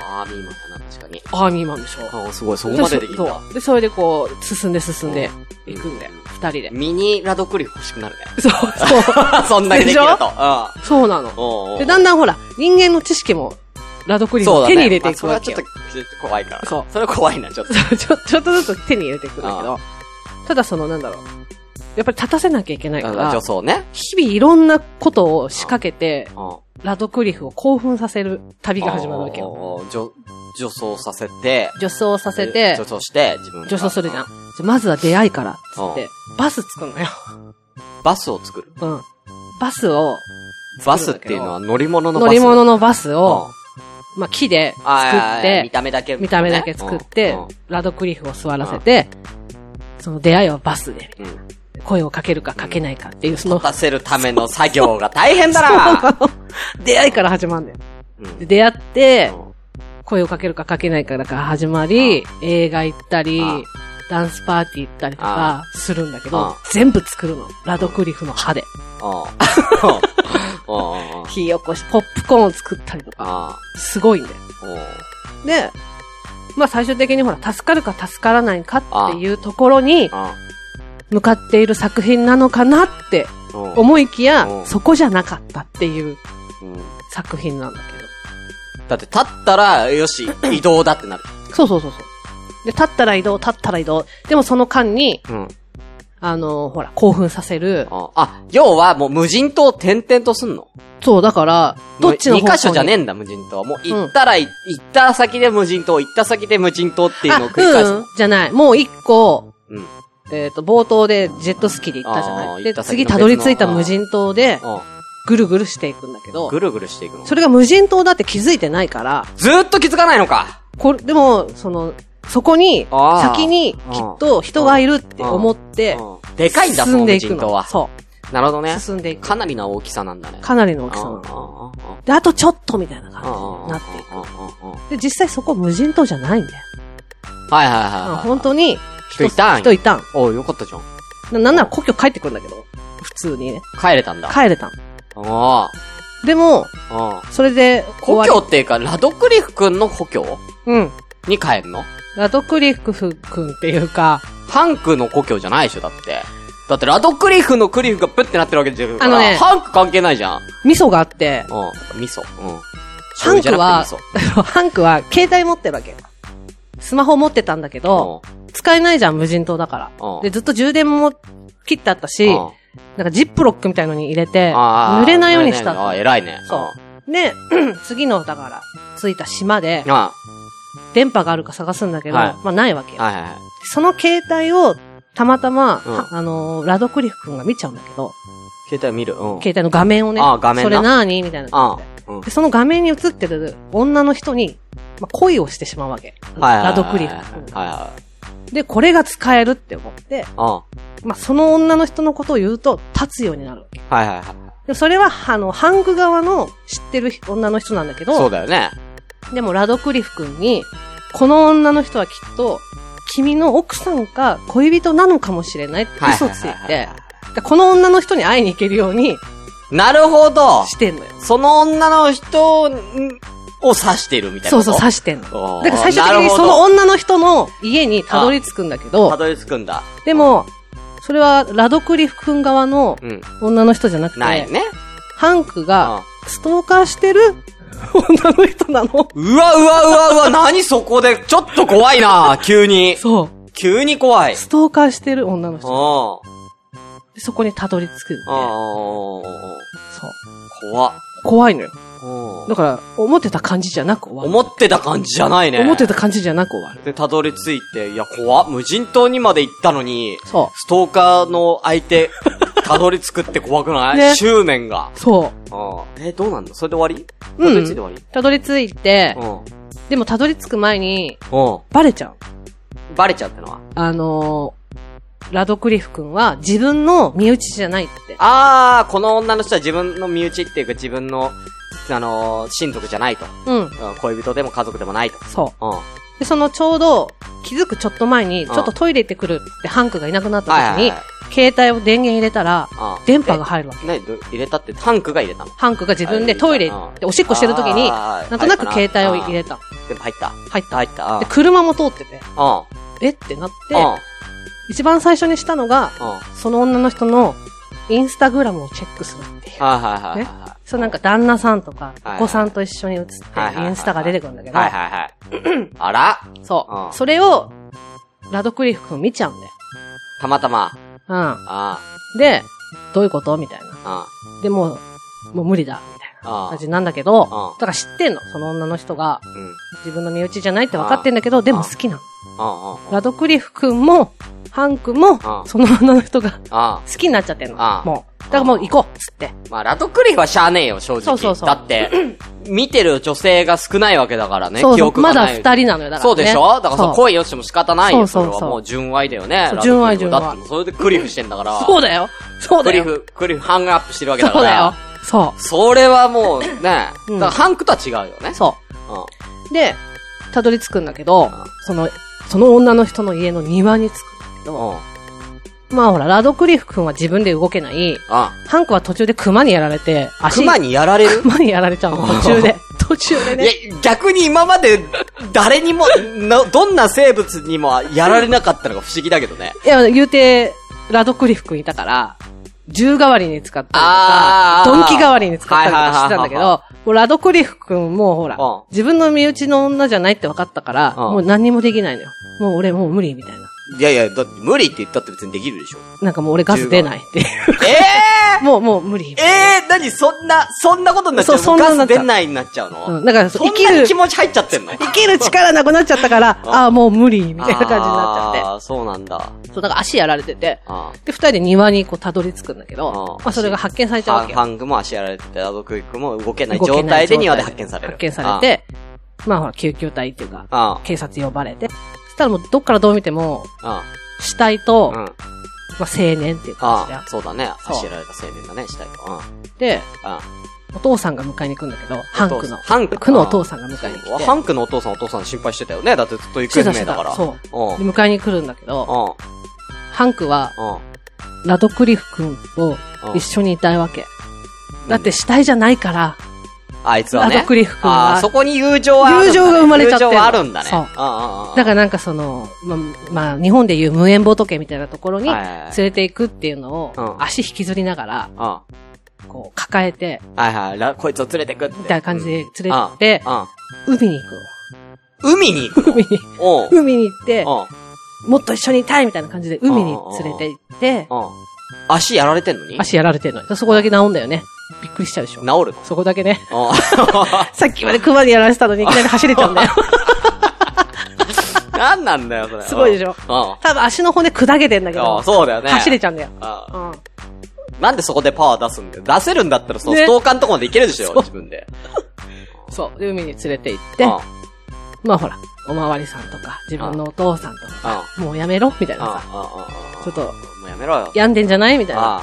S3: あー、ミーマンだな、確かに。
S2: アーミーマンでしょ。
S3: あー、すごい、そこまでできた。
S2: そうで、それでこう、進んで進んでいくんだよ。二人で。
S3: ミニラドクリフ欲しくなるね。
S2: そう、そう。
S3: そんだけできる
S2: でし
S3: と。
S2: そうな
S3: うん。
S2: の。
S3: おうおう
S2: で、だんだんほら、人間の知識も、ラドクリフ
S3: そうだね。
S2: を手に入れていく
S3: まあ
S2: わ
S3: それ
S2: け
S3: はちょっと、
S2: よ。
S3: ちょっと怖いから。
S2: そう
S3: それは怖いな、ちょっと。
S2: そうちょ ちょっとずつ手に入れていくんだけ
S3: あ
S2: ど、ただその、なんだろう。やっぱり立たせなきゃいけないか
S3: あ
S2: ら
S3: 女、装ね。
S2: 日々いろんなことを仕掛けて、
S3: うん。
S2: ラドクリフを興奮させる旅が始まるわけよ。
S3: よ。女、女装させて、
S2: 女装させ
S3: で
S2: て
S3: 女、装して、自分が
S2: 女装するじゃん。。じゃまずは出会いから、つって、バス作んのよ。
S3: バスを作る。
S2: うん。バスを、
S3: バスっていうのは乗り物のバ
S2: 乗
S3: ス。
S2: り物のバス
S3: うん
S2: を、まあ、木で
S3: あ
S2: 作
S3: ー
S2: っ
S3: いやいや見
S2: て、
S3: た目だけ。
S2: 見た目だけ作
S3: う
S2: って
S3: んうん、
S2: ラドクリフを座らせて、その出会いはバスで、
S3: うん。
S2: 声をかけるかかけないかっていう、その
S3: 立、たせるための作業が大変だ
S2: そう
S3: な
S2: なの出会いから始まるんだよ。
S3: うん
S2: で出会って、
S3: うん
S2: 声をかけるかかけないかから始まり、映画行ったり
S3: うん、
S2: ダンスパーティー行ったりとかするんだけ
S3: うん
S2: ど、全部作るの。ラドクリフの歯で。
S3: うん。うんうんうん
S2: 火起こし、ポップコーンを作ったりとか、
S3: あ
S2: すごいんだよ。
S3: ーうん
S2: で、まあ最終的にほら、助かるか助からないかっていうところに向かっている作品なのかなって
S3: うんうん
S2: 思いき
S3: う
S2: や、
S3: ん
S2: そこじゃなかったっていう
S3: うん
S2: 作品なんだけ
S3: だって立ったら、よし、移動だってなる。
S2: ど。そうそうそうそう。で、立ったら移動、立ったら移動。でもその間に、
S3: うん。
S2: あの、ほら、興奮させる。
S3: ああ、要はもう無人島を転々とすんの
S2: そう、だから、どっちの方向に
S3: 二箇所じゃねえんだ、無人島は。もう行ったらい、行った先で無人島、行った先で無人島っていうのを繰り返す
S2: あ
S3: の。
S2: うん、じゃない。もう一個、
S3: うん
S2: えっ、と、冒頭でジェットスキーで行ったじゃ
S3: あ
S2: な
S3: ー
S2: い。
S3: 行っ
S2: で、
S3: た先の
S2: 次たどり着いた無人島で、
S3: う
S2: ぐるぐるしていくんだけ
S3: ん。
S2: ど、
S3: ぐるぐるしていくの。
S2: それが無人島だって気づいてないから、
S3: ずーっと気づかないのか。
S2: これ、でも、その、そこに、
S3: あー
S2: 先に、きっと人がいるって思って、
S3: うんでかいんだ、そ
S2: 進
S3: の
S2: んで
S3: 無
S2: いく
S3: 人
S2: の
S3: 島。は。
S2: そ
S3: なるほどね
S2: う。。進んでいく。
S3: かなりな大きさなんだね。
S2: かなりの大きさなの。
S3: の。うん
S2: で、あとちょっとみたいな
S3: うんうん
S2: 感じ
S3: うん
S2: になっていく。
S3: うんうんうん
S2: で、実際そこ無人島じゃないんだよ。
S3: はいはいはい
S2: あ
S3: はい。
S2: 本当に、
S3: 人いたんや
S2: 人いたん。
S3: おうよかったじゃん。
S2: ななんなら故郷帰ってくるんだけど、普通にね。
S3: 帰れたんだ。
S2: 帰れたん。
S3: おー
S2: で
S3: う
S2: も、
S3: ん。
S2: それで、
S3: 故
S2: 終わ
S3: 郷っていうか、ラドクリフ君の故郷
S2: りうん。
S3: に帰るの
S2: ラドクリフ君っていうか、
S3: ハンクの故郷じゃないでしょ、だって。だって、ラドクリフのクリフがプッてなってるわけじゃん。
S2: あのね
S3: ハンク関係ないじゃん。
S2: 味噌があって、
S3: うん。味噌。うん。
S2: ハ
S3: 醤
S2: ンクは、
S3: 油じゃなくて味噌
S2: ハンクは携帯持ってるわけ。スマホ持ってたんだけど、使えないじゃん、無人島だか
S3: うん
S2: ら。で、ずっと充電も切ってあったし、
S3: うん
S2: なんかジップロックみたいのに入れて、
S3: あー
S2: 濡れないように
S3: 濡
S2: し
S3: れない
S2: た。
S3: あー、偉いね。
S2: そで、 次の、だから、着いた島で
S3: うん。、あ
S2: 電波があるか探すんだけど、
S3: はい
S2: まあないわけ
S3: ー
S2: よ。
S3: はいはいはい。
S2: その携帯を、たまたま、
S3: うん
S2: はあのー、ラドクリフ君が見ちゃうんだけど、
S3: 携帯見る。うん。
S2: 携帯の画面をね、
S3: あ画面な
S2: それなーにみたいな
S3: あ
S2: 感じで。
S3: ーうん。
S2: でその画面に映ってる女の人に、まあ、恋をしてしまうわけ。
S3: はいはいはい。
S2: ラドクリフ
S3: はい
S2: 君が。
S3: はい。
S2: で、これが使えるって思って、
S3: うん。はい
S2: まあ、その女の人のことを言うと、立つようになるわけ。
S3: はいはい。
S2: で、それは、あの、ハング側の知ってる女の人なんだけ
S3: そう
S2: ど、
S3: だよね。
S2: でもラドクリフ君に、この女の人はきっと、君の奥さんか恋人なのかもしれないって
S3: はい
S2: 嘘つい
S3: はいはい
S2: て
S3: は、
S2: でこの女の人に会いに行けるように
S3: なるほど。
S2: してんのよ。
S3: その女の人んを指してるみたいな
S2: そ
S3: こ
S2: う
S3: と。
S2: そう、刺してんの。
S3: おー
S2: だから最終的にその女の人の家にたどり着くんだけ
S3: た
S2: ど、
S3: どり着くんだ。
S2: でも、それはラドクリフ君側の
S3: うん。
S2: 女の人じゃなくて、
S3: ないね。
S2: ハンク
S3: うん
S2: がストーカーしてる 女の人なの。
S3: うわうわうわうわ、何そこで、ちょっと怖い な急に。
S2: そう。
S3: 急に怖い。うん。
S2: ストーカーしてる女の人。
S3: あ
S2: でそこにたどり着くんで。
S3: あ。
S2: そう。
S3: 怖っ。
S2: 怖いのよ。
S3: うん
S2: だから、思ってた感じじゃなく終わる。
S3: 思ってた感じじゃないね。
S2: 思ってた感じじゃなく終わる。
S3: で、たどり着いて、いや、怖っ無人島にまで行ったのに、
S2: そ
S3: ストーカーの相 手、たどり着くって怖くない、
S2: ね
S3: 執念が。
S2: う。そ
S3: うんえ、どうなんだそれで終わりた
S2: うん
S3: どり着いて終わり
S2: う。たどり着いて
S3: う、ん。
S2: でもたどり着く前に、
S3: うん。
S2: バレちゃう。
S3: バレちゃったのは。
S2: あのー、ラドクリフ君は自分の身内じゃないって。
S3: あー、この女の人は自分の身内っていうか自分の、あのー親族じゃないと。
S2: うん。
S3: うん恋人でも家族でもないと。
S2: そう。
S3: うん。は
S2: で、そのちょうど気づくちょっと前に、
S3: ん
S2: ちょっとトイレ行ってくるってハンクがいなくなっ
S3: いはい
S2: た時に、
S3: はい
S2: 携帯を電源入れたら、
S3: うん
S2: 電波が入るわけ。
S3: え何ど入れたって、タンクが入れたの。
S2: ハンクが自分で
S3: あ
S2: トイレ
S3: うん
S2: でおしっこしてる時に、
S3: あー
S2: なんとなく携帯を入れた。
S3: 全部入った。
S2: 入った。
S3: 入った。うん
S2: で、車も通ってて、
S3: う
S2: えってなっ
S3: ん。
S2: て、一番最初にしたのが、
S3: うん。うん。はい
S2: その女の人のインスタグラムをチェックするっていう。
S3: はいはいはい
S2: ね
S3: は
S2: そうなんか旦那さんとか、
S3: はい
S2: お子さんと一緒に写っ
S3: はいはい
S2: て
S3: はい
S2: インスタが出てくるんだけ
S3: い。
S2: ど、
S3: はいはいはい。あら
S2: そうう。
S3: ん
S2: それを、ラドクリフ君見ちゃうんだよ。
S3: たまたま。
S2: う
S3: あ
S2: ん。で、どういうことみたいな。
S3: あ。
S2: で、もう、もう無理だ。みたい
S3: うん。うん。
S2: な感じなんだけど、だ
S3: ん
S2: から知ってんの。その女の人が、
S3: うん。
S2: 自分の身内じゃないって分かってんだけど、でも好きなの。
S3: うん。うん。
S2: ラドクリフ君も、ハン君も、
S3: うん
S2: その女の人が
S3: あ
S2: 好きになっちゃってんの。
S3: あ
S2: もう。だからもう行こうっつって。
S3: まあ、ラドクリフはしゃあねえよ、正直。
S2: そうそうそう
S3: だって、見てる女性が少ないわけだからね、
S2: そう
S3: 記
S2: そう。
S3: 憶
S2: ま
S3: が
S2: だ
S3: ない。
S2: 二人なのよ、だから、ね。
S3: そうでしょだから
S2: そ
S3: さ
S2: う、
S3: 恋をしても仕方ないよ、
S2: そ
S3: そうれ
S2: そうそう
S3: はもう純愛だよね。
S2: そ
S3: ラドク
S2: う
S3: リフは
S2: 純愛純愛
S3: だって、それでクリフしてんだから。
S2: そうだよ。そうだ
S3: クリ
S2: よ。
S3: フ、クリフハングアップしてるわけだか
S2: そう
S3: ら。
S2: だよ。そ
S3: それはもうね、だ
S2: うん
S3: からハンクとは違うよね
S2: う。。そう。
S3: うん。
S2: で、たどり着くんだけど、その、その女の人の家の庭に着くんだけど、
S3: うん。うん。
S2: まあほら、ラドクリフ君は自分で動けない、ハンクは途中で熊にやられて、足
S3: 熊にやられる
S2: 熊にやられちゃうの、途 中で。途中で
S3: い
S2: ね。
S3: や、逆に今まで、誰にも、のどんな生物にもやられなかったのが不思議だけどね。
S2: いや、言うて、ラドクリフ君いたから、銃代わりに使ったりとか
S3: あ、ー
S2: ドンキ代わりに使ったりと
S3: はいは
S2: か
S3: いはい
S2: してたんだけ
S3: はいはい
S2: ど、もうラドクリフ君もうほら
S3: うん、
S2: 自分の身内の女じゃないって分かったから、
S3: うん
S2: もう何にもできないのよ。もう俺もう無理みたいな。
S3: いやいや、だって無理って言ったって別にできるでしょ。
S2: なんかもう俺ガス出ないっ て。
S3: ええ
S2: もう、もう無理
S3: え。えなにそんな、そんなことになっちゃう
S2: そう
S3: の
S2: そんな
S3: ガス
S2: になっちゃう
S3: 出ないになっちゃうの、
S2: うん、だから、
S3: そ
S2: 生
S3: ん
S2: き
S3: な
S2: る
S3: に気、持ち入っちゃってんのみ
S2: 生きる力なくなっちゃったから、ああ、もう無理、みたいな感じになっちゃっ
S3: あーそうなんだ。
S2: て。そう、だから足やられてて。
S3: あ
S2: で、二人で庭にこう、たどり着くんだけど
S3: あ、ー
S2: まあ、それが発見されちゃうわ
S3: ハ
S2: け
S3: ン
S2: よ。
S3: ハングも足やられてて、アドクイックも動けない
S2: 動け
S3: 状
S2: な
S3: 態
S2: い
S3: で庭で発見される。
S2: 発見されて、まあほら、救急隊っていうか、
S3: あ
S2: 警察呼ばれて。そしたらもう、どっからどう見ても、
S3: あ。あ
S2: 死体と、
S3: あ。うん。あ
S2: まあ、青年っていう感じ
S3: あ
S2: だ。
S3: そうだね。
S2: そう
S3: 足やられた青年だね、死体と。うん。
S2: で、
S3: あ
S2: お父さんが迎えに行くんだけど、ハンクの。
S3: ハンク
S2: 区のお父さんが迎えに来
S3: あ
S2: て。
S3: ハンクのお父さんお父さん心配してたよね。だってずっと行
S2: して
S3: 方
S2: た
S3: 不
S2: し
S3: 明
S2: て
S3: だ
S2: た
S3: から。
S2: そうう。で
S3: ん。
S2: 迎えに来るんだけ
S3: う
S2: ど、
S3: ん。
S2: ハンクは、
S3: うん。
S2: ラドクリフ君と
S3: うん
S2: 一緒にいたいわけ。だって死体じゃないから、
S3: あいつは
S2: ラ
S3: ね。
S2: ドクリフ君
S3: ああ、
S2: は
S3: そ。こに友情はあるんだね。
S2: 友情が生まれちゃってる
S3: 友情はあるんだね。
S2: そう
S3: ああああ
S2: だからなんかその、ま、まあ、日本でいう無縁仏みたいなところに
S3: はい
S2: 連
S3: はいはい
S2: れて行くっていうの
S3: う
S2: を、
S3: ん
S2: 足引きずりながら、
S3: あ
S2: こう、抱えて、
S3: あはいはいら。こいつを連れてくって。
S2: みたいな感じで連れて
S3: あ
S2: って、
S3: あ
S2: 海に行く
S3: 海に行く
S2: の。海に、
S3: おう。
S2: 海に行って、
S3: おう
S2: もっと一緒にいたいみたいな感じで海に連れて行って、
S3: おう足やられてんのに
S2: 足やられてるのに。そこだけ治んだよね。びっくりしちゃうでしょ
S3: 治。るの
S2: そこだけね。
S3: おう
S2: さっきまで熊にやられてたのにいきなり走れちゃう んだよ。
S3: 何なんだよ、それ。
S2: すごいでしょ
S3: おう
S2: 多分足の骨砕けてんだけ
S3: おう
S2: ど、
S3: そうだよね。
S2: 走れちゃうんだよ。
S3: あ
S2: うん。
S3: あなんでそこでパワー出すんだよ。出せるんだったら、その
S2: ね
S3: ストーカーのとこまで行けるでしょ、
S2: そう
S3: 自分で。
S2: そう。で海に連れて行って
S3: う、ん
S2: まあほら、おまわりさんとか、自分のお父さんとか、
S3: あ
S2: もうやめろみたい
S3: あ、
S2: なさ、
S3: ああ、
S2: ちょっと、
S3: もうやめろよ。
S2: 病んでんじゃないみたいな。
S3: ああ、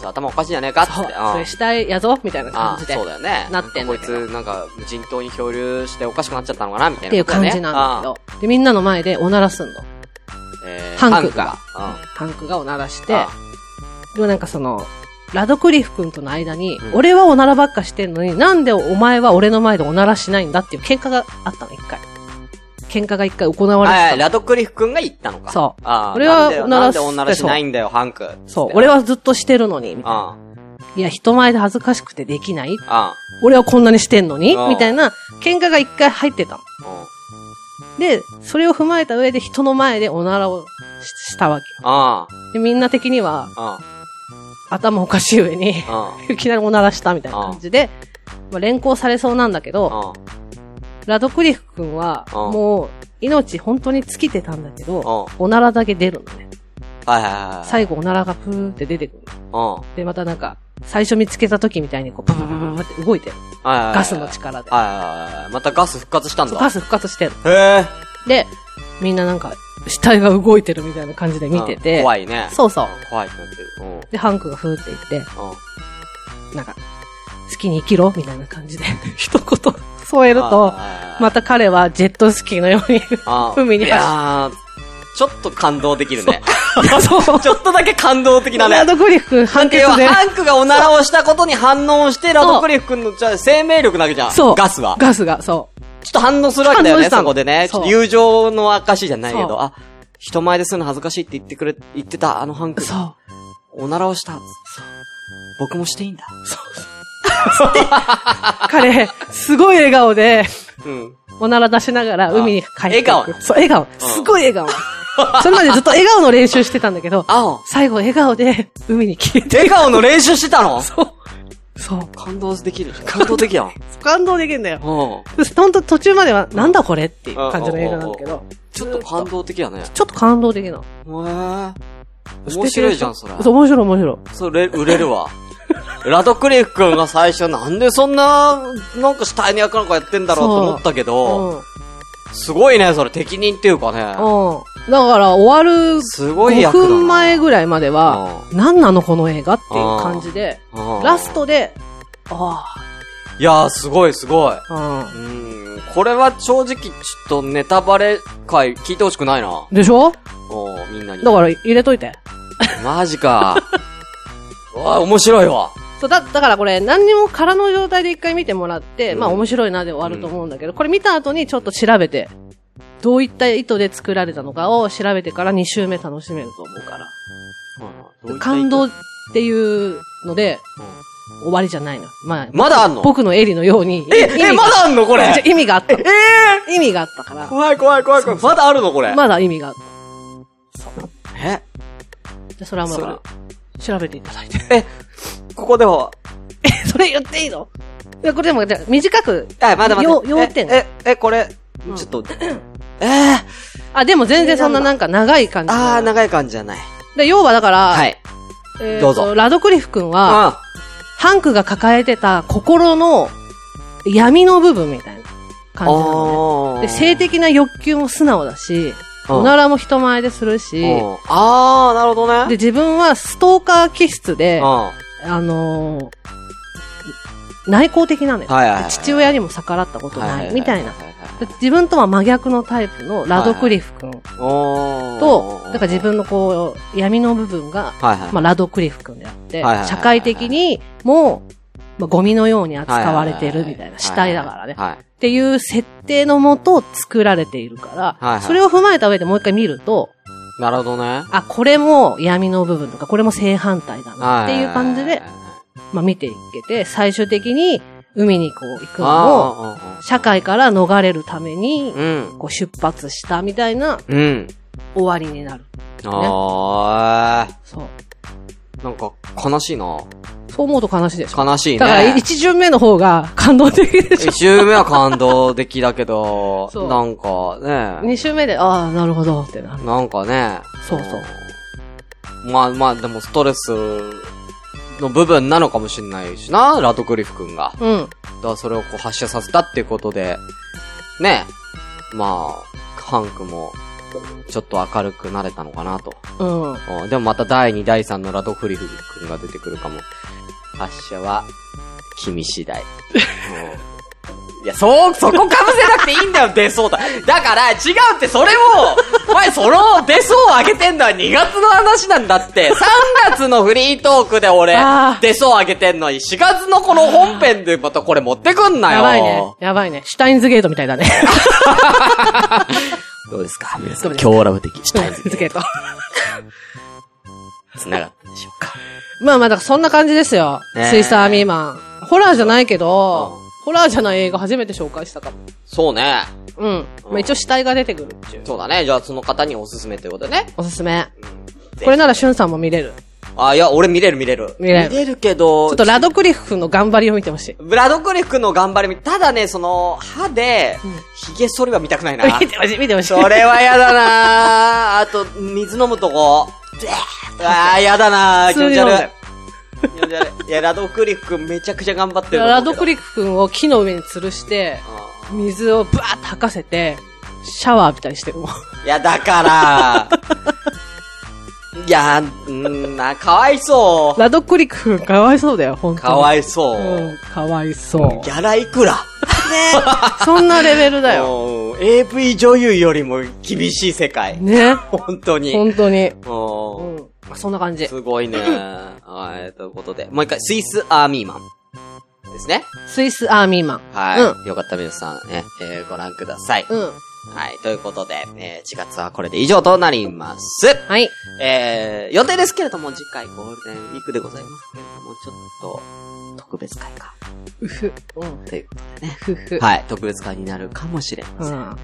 S3: そう頭おかしいじゃねえかって。
S2: そう。
S3: あ
S2: それ死体やぞみたいな
S3: あ
S2: 感
S3: あ、
S2: じで。
S3: そうだよね。
S2: なってん
S3: こ
S2: だ
S3: い
S2: けど
S3: つ、なんか、無人島に漂流しておかしくなっちゃったのかなみたいな、
S2: っていう感じなんだけど。で、みんなの前でおならすん
S3: け
S2: の。
S3: ど。えー
S2: ハンクが。
S3: ハンクが
S2: タンクがおならし
S3: う
S2: て
S3: ん。あ、
S2: でもなんかその、ラドクリフ君との間に、
S3: うん
S2: 俺はおならばっかしてんのに、なんでお前は俺の前でおならしないんだっていう喧嘩があったの、一回。喧嘩が一回行われ
S3: あ
S2: てた
S3: は
S2: の
S3: い、ラドクリフ君が言ったのか。
S2: そう
S3: ああ、
S2: 俺は
S3: なんで
S2: おなら
S3: なんで女ら
S2: す
S3: しないんだよ、ハンク。
S2: そう。俺
S3: は。
S2: はずっとしてるのに、みたいな
S3: あ
S2: いや、人前で恥ずかしくてできない
S3: あ、あ
S2: 俺はこんなにしてんのに
S3: うん
S2: みたいな、喧嘩が一回入ってたの。
S3: あ、うん
S2: で、それを踏まえた上で人の前でおならをししたわけよ。
S3: あ
S2: で、みんな的には、
S3: あ、
S2: 頭おかしい上に、
S3: あ
S2: いきなりおならしたみたいな感じで、まあ、連行されそうなんだけ
S3: あ、あ
S2: ど、ラドクリフ君は、
S3: うん
S2: もう、命本当に尽きてたんだけど、
S3: う
S2: おならだけ出るのね。
S3: あ、はいはいはい。
S2: 最後おならがプーって出てくるの。
S3: 後。
S2: で、またなんか、最初見つけた時みたいにこう、ブブブブブって動いてる。
S3: うん。はいはいはい。
S2: ガスの力で。
S3: はいはいはいはい。またガス復活したん
S2: そう
S3: だ。
S2: ガス復活してるの。
S3: へえ。
S2: で、みんななんか、死体が動いてるみたいな感じで見て
S3: う
S2: て。
S3: ん怖いね。
S2: そうそう。
S3: 怖いってなってる。うん。
S2: で、ハンクがふーって
S3: う
S2: 言っ
S3: ん。
S2: て、なんか、好きに生きろみたいな感じで、 一言添えると、
S3: あー
S2: また彼はジェットスキーのよ うに、
S3: あー
S2: 海に
S3: いやーちょっと感動できるね。
S2: そう。
S3: ちょっとだけ感動的だ
S2: ラ
S3: ね。
S2: ドクリフ君判
S3: 要は
S2: 決で、
S3: ハンクがおならをしたことに反応して、ラドクリフ君のじゃあ生命力なわけじゃん。
S2: そう。
S3: ガスは。ちょ
S2: ガスが、そう。
S3: っと反応するわけだよ
S2: 反応し
S3: ね、
S2: たの
S3: そこでね。ち
S2: そう
S3: ょっと友情の証じゃないけ
S2: そう
S3: ど、あ、人前でするの恥ずかしいって言ってくれ、言ってたあのハンク
S2: そ
S3: が、
S2: う。
S3: おならをした。僕もしていいんだ。
S2: 彼、すごい笑顔で、
S3: うん。
S2: おなら出しながら海に帰っていく。
S3: 笑顔
S2: そう、笑顔。すごい 笑顔。それまでずっと笑顔の練習してたんだけど、
S3: あ
S2: 最後笑顔で海に消えて、
S3: 笑顔の練習してたの
S2: そう。
S3: 感動できるじゃん。感動的 やん。
S2: 感動できるんだよ。
S3: うん。
S2: ほんと途中までは、なんだこれっていう感じの映画なんだけ
S3: うん
S2: ど、
S3: ちょっと感動的やね。
S2: ちょっと感動的な。
S3: へー面白いじゃん、それ。
S2: そう、面白い面白い。
S3: それ、売れる わ。ラドクリフ君が最初なんでそんな、なんか死体の役なんかやってんだろうと思ったけど、
S2: う
S3: すごいね、それ適任っていうかね。
S2: ん。うん。だから終わる
S3: すごい
S2: 5
S3: 役だな。
S2: 分前ぐらいまでは、何なのこの映画っていう感じで、
S3: うん
S2: ラス。トで、あ
S3: いやー、すごいすごい。
S2: あ、
S3: うん、これは正直ちょっとネタバレ回聞いてほしくないな。
S2: うん。でしょ
S3: おーみんなに。
S2: だから入れといて。
S3: マジ か。わあ、面白いわ。
S2: そう、だ、だからこれ何にも空の状態で一回見てもらって、
S3: うん
S2: まあ面白いなで終わると思うんだけど、これ見た後にちょっと調べて、どういった意図で作られたのかを調べてから2週目楽しめると思うから。感動っていうので、終わりじゃないの。まあ、
S3: まだあんの
S2: 僕のエリのように。
S3: え、
S2: 意味が
S3: え、まだあんのこれ。
S2: じゃ
S3: え
S2: 意味があったの。
S3: ー
S2: 意味があったから。
S3: 怖い怖い怖い怖い。まだあるのこれ。
S2: まだ意味があっしてそらま
S3: それ
S2: ま調べていただいて。
S3: ここでも、
S2: それ言っていいのいや、これでも、じゃあ短く。
S3: あ、まだまだ
S2: よ。要点
S3: え、え、えこれ、
S2: ん
S3: ちょっと、えー、
S2: あ、でも全然そんななんか長い感じ。
S3: あー、長い感じじゃない。
S2: で、要はだから、
S3: はい。
S2: えーと
S3: どうぞ
S2: ラドクリフ君は、
S3: あ
S2: ハンクが抱えてた心の闇の部分みたいな感じなの
S3: あ
S2: ね。で、性的な欲求も素直だし、
S3: うん
S2: おならも人前でするし、
S3: うんあー、なるほど
S2: で、
S3: ね。
S2: 自分はストーカー気質
S3: う
S2: で
S3: ん。、は
S2: あのー内向的なの
S3: い
S2: よ。
S3: はいはい。
S2: 父親にも逆らったこと
S3: はは
S2: な、
S3: はい
S2: みたいな
S3: は。はは
S2: で自分とは真逆のタイプのラドクリフ君
S3: おー
S2: と、だから自、分のこう、闇の部分が、
S3: はいはい。
S2: まあ、ラドクリフ君であっ
S3: は
S2: て
S3: いはいはいは、い
S2: 社会的にも、まあ、ゴミのように扱われてるみたいな、
S3: は
S2: 死
S3: はは
S2: 体だからね。っ
S3: はい。
S2: ていう設定のもと作られているか
S3: はいは
S2: ら、
S3: い
S2: それを踏まえた上でもう一回見ると、
S3: なるほどね。
S2: あ、これも闇の部分とか、これも正反対だな
S3: は
S2: っていう感じで、
S3: は
S2: まあ見ていけて、最終的に海にこう行く
S3: い
S2: のも、
S3: はいはい
S2: 社会から逃れるために
S3: あー、うん。
S2: こう出発したみたいな
S3: うん。
S2: 終わりになる。
S3: あ
S2: そう。
S3: ー。なんか、悲しいな。
S2: そう思うと悲しいでしょ。
S3: 悲しいね。
S2: だから一巡目の方が感動的でしょ
S3: 一。周目は感動的だけど、
S2: そう
S3: なんかね、
S2: 二周目で、ああ、なるほどってなる。
S3: なんかね、
S2: そうそう。
S3: まあまあ、でもストレスの部分なのかもしれないしな、ラドクリフ君が。
S2: うん。
S3: だからそれをこう発射させたっていうことで、ね、まあ、ハンクも、ちょっと明るくなれたのかなと。
S2: うん。
S3: うんでもまた第2、第3のラドクリフ君が出てくるかも。発射は、君次第。うんいや、そう、そこ被せなくていいんだよ、出そうだ。だから、違うって、それを、お前、その、出そうを上げてんのは2月の話なんだって。3月のフリートークで俺
S2: あー、
S3: 出そうを上げてんのに、4月のこの本編でまたこれ持ってくんなよ。
S2: やばいね。やばいね。シュタインズゲートみたいだね。
S3: どうですか皆
S2: さん
S3: 強ラブ的
S2: シュタインズ ゲート。
S3: 繋がったでしょうか。
S2: まあまあ、だからそんな感じですよ。
S3: ねえ
S2: スイサーミーマン。ホラーじゃないけど、ホラーじゃない映画初めて紹介したかも。
S3: そうね。
S2: うん。まあ一応死体が出てくるっていう。
S3: そうだね。じゃあ、その方におすすめということでね。
S2: おすすめ。これならシュンさんも見れる。
S3: あ、いや、俺見れる見れる。
S2: 見れる
S3: け
S2: ちょ
S3: ど、
S2: っとラドクリフ君の頑張りを見てほしい。
S3: ブラドクリフの頑張り見、ただね、その、歯で、髭剃りは見たくないな。
S2: 見てほしい、見てほしい。
S3: それはやだなあと、水飲むと こ。でーあー、やだな気持ち悪い。気持ち悪い。いや、ラドクリフ君めちゃくちゃ頑張ってると思
S2: ラ
S3: うけど。
S2: ドクリフ君を木の上に吊るして、
S3: う
S2: 水をブワーッと吐かせて、シャワー浴びたりしてるもん。
S3: んいや、だから、 いや、うんな、かわいそう。
S2: ラドクリフ君かわいそうだよ、本当に。
S3: かわいそう。
S2: うん、かわいそう
S3: ギ。ャラいくら
S2: そんなレベルだよ。
S3: もう AV 女優よりも厳しい世界。
S2: ね。
S3: 本当に。
S2: 本当に。う。
S3: もうん
S2: まあそんな感じ。
S3: すごいね。はい、ということで。もう一回、スイスアーミーマン。ですね。
S2: スイスアーミーマン。
S3: はい。
S2: う
S3: よかったら皆さん、ね、えーご覧ください。
S2: うん。
S3: はい、ということで、えー、4月はこれで以上となります。
S2: はい。
S3: えー、予定ですけれども、次回ゴールデンウィークでございますけれども、ちょっと、特別会か。
S2: うふ。うん。
S3: というこ
S2: ふふ
S3: とで。。はい、特別会になるかもしれま
S2: う
S3: せん。
S2: ん。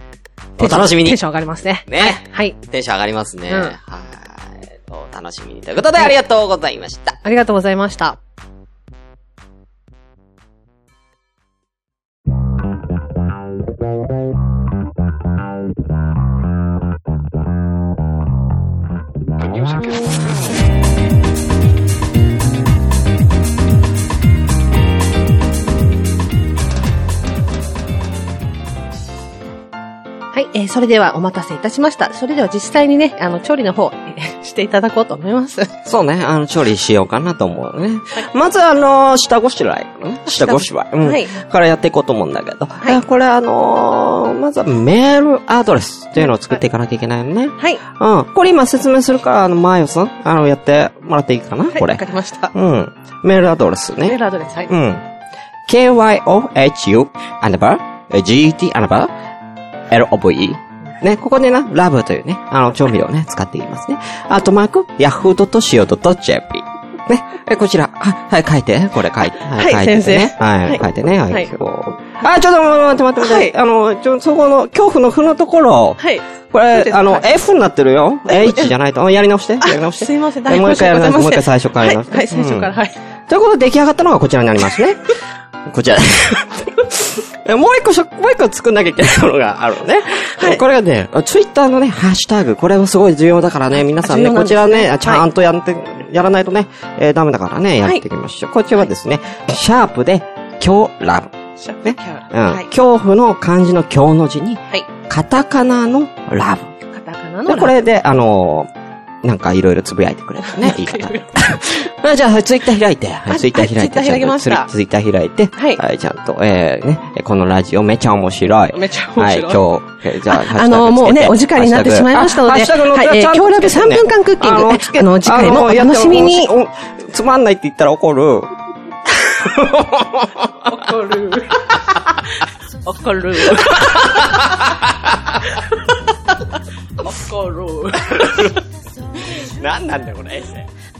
S3: お楽しみに
S2: テンション上がりますね。
S3: ね。
S2: はい。
S3: テンション上がりますね。
S2: うん
S3: はい。えっと楽しみに。ということで、ありがとうございました。
S2: ありがとうございました。はい、えーそれではお待たせいたしました。それでは実際にね、あの、調理の方、えーしていただこうと思います。
S4: そうね、あの、調理しようかなと思うね。まず、あの、下ごしらえ。下ごしらえ。うん。
S2: はい
S4: からやっていこうと思うんだけど。えこれ、あのーまずはメールアドレスっていうのを作っていかなきゃいけないのね。
S2: はい。
S4: うん。これ今説明するから、あの、マーヨさん、あの、やってもらっていいかな、こ
S2: わ
S4: れ
S2: か。りました。
S4: うん。メールアドレス
S2: メー
S4: ね。
S2: ルアドレス、はい。
S4: うん。kyohu, アンダーバー、gt, アンダーバー、love. ね、ここでな、ラブというね、あの、調味料をね、使っていますね。あとマーク、yahoo.co.jp。
S3: ね、え、こちら。ははい、書いて。これ書いて。は
S2: はい
S3: 書いて
S2: 先
S3: ね。は
S2: はい
S3: い、書いてね。は
S2: はいい。
S3: こうあ、ちょっと待って待って待って。あの、ちょ、そこの、恐怖の負のところ。
S2: はい。
S3: こ
S2: そう
S3: れ
S2: で、す
S3: あの
S2: は、
S3: F になってるよ。H じゃないと。あやり直して。や
S2: あ
S3: り直して。
S2: すいません、
S3: もう一回やり直して。もう一回
S2: 最
S3: 最初からやり直して。
S2: はい、最初か
S3: う
S2: ら、
S3: ん
S2: はい。
S3: ということで出来上がったのがこちらになります ね。こちら。え もう一個しょ、もう一個作んなきゃいけないものがあるのね。これがね、ツイッターのね、ハッシュタグ、これはすごい重要だからね、皆さんね、
S2: 重要なん
S3: こち
S2: ですね
S3: らね、ちゃんとやって、やらないとね、えーダメだからね、やっていきましょう。こちらはですね、シャープで、今日ラブ。
S2: シャープ
S3: ね
S2: キャ
S3: うん、
S2: ラはい。
S3: 恐怖の漢字の今日の字に、
S2: はい
S3: カタカナのラブ。
S2: カタカナの
S3: で、
S2: ラ
S3: こ、れで、あのーなんかいろいろつぶやいてくれ たね、言い方 で。あじゃあ、ツイッター開いて。は
S2: あ
S3: い、ツイッター開いて。
S2: はいツイッター開きました
S3: ツイッター開いて。
S2: はい
S3: はい、ちゃんと、えー、ね、えこのラジオめちゃ面白い。
S2: めっちゃ面白い。
S3: はい、今日、えーじゃあ、ハッシュタグつけて
S2: あの、もうね、お時間になってしまいましたので、
S3: ハッシュタグあハッシュタグの
S2: はい、え
S3: ちゃ
S2: ー、
S3: んと
S2: 今日ラブ
S3: つけて
S2: 3
S3: ね
S2: 分間クッキング、
S3: の
S2: あ
S3: つけ
S2: の、次回もお
S3: あの
S2: 楽しみに。
S3: おつまんないって言ったら怒る。
S2: 怒る。怒 る。怒る。
S5: 何なんだよ、これ、エッセイ。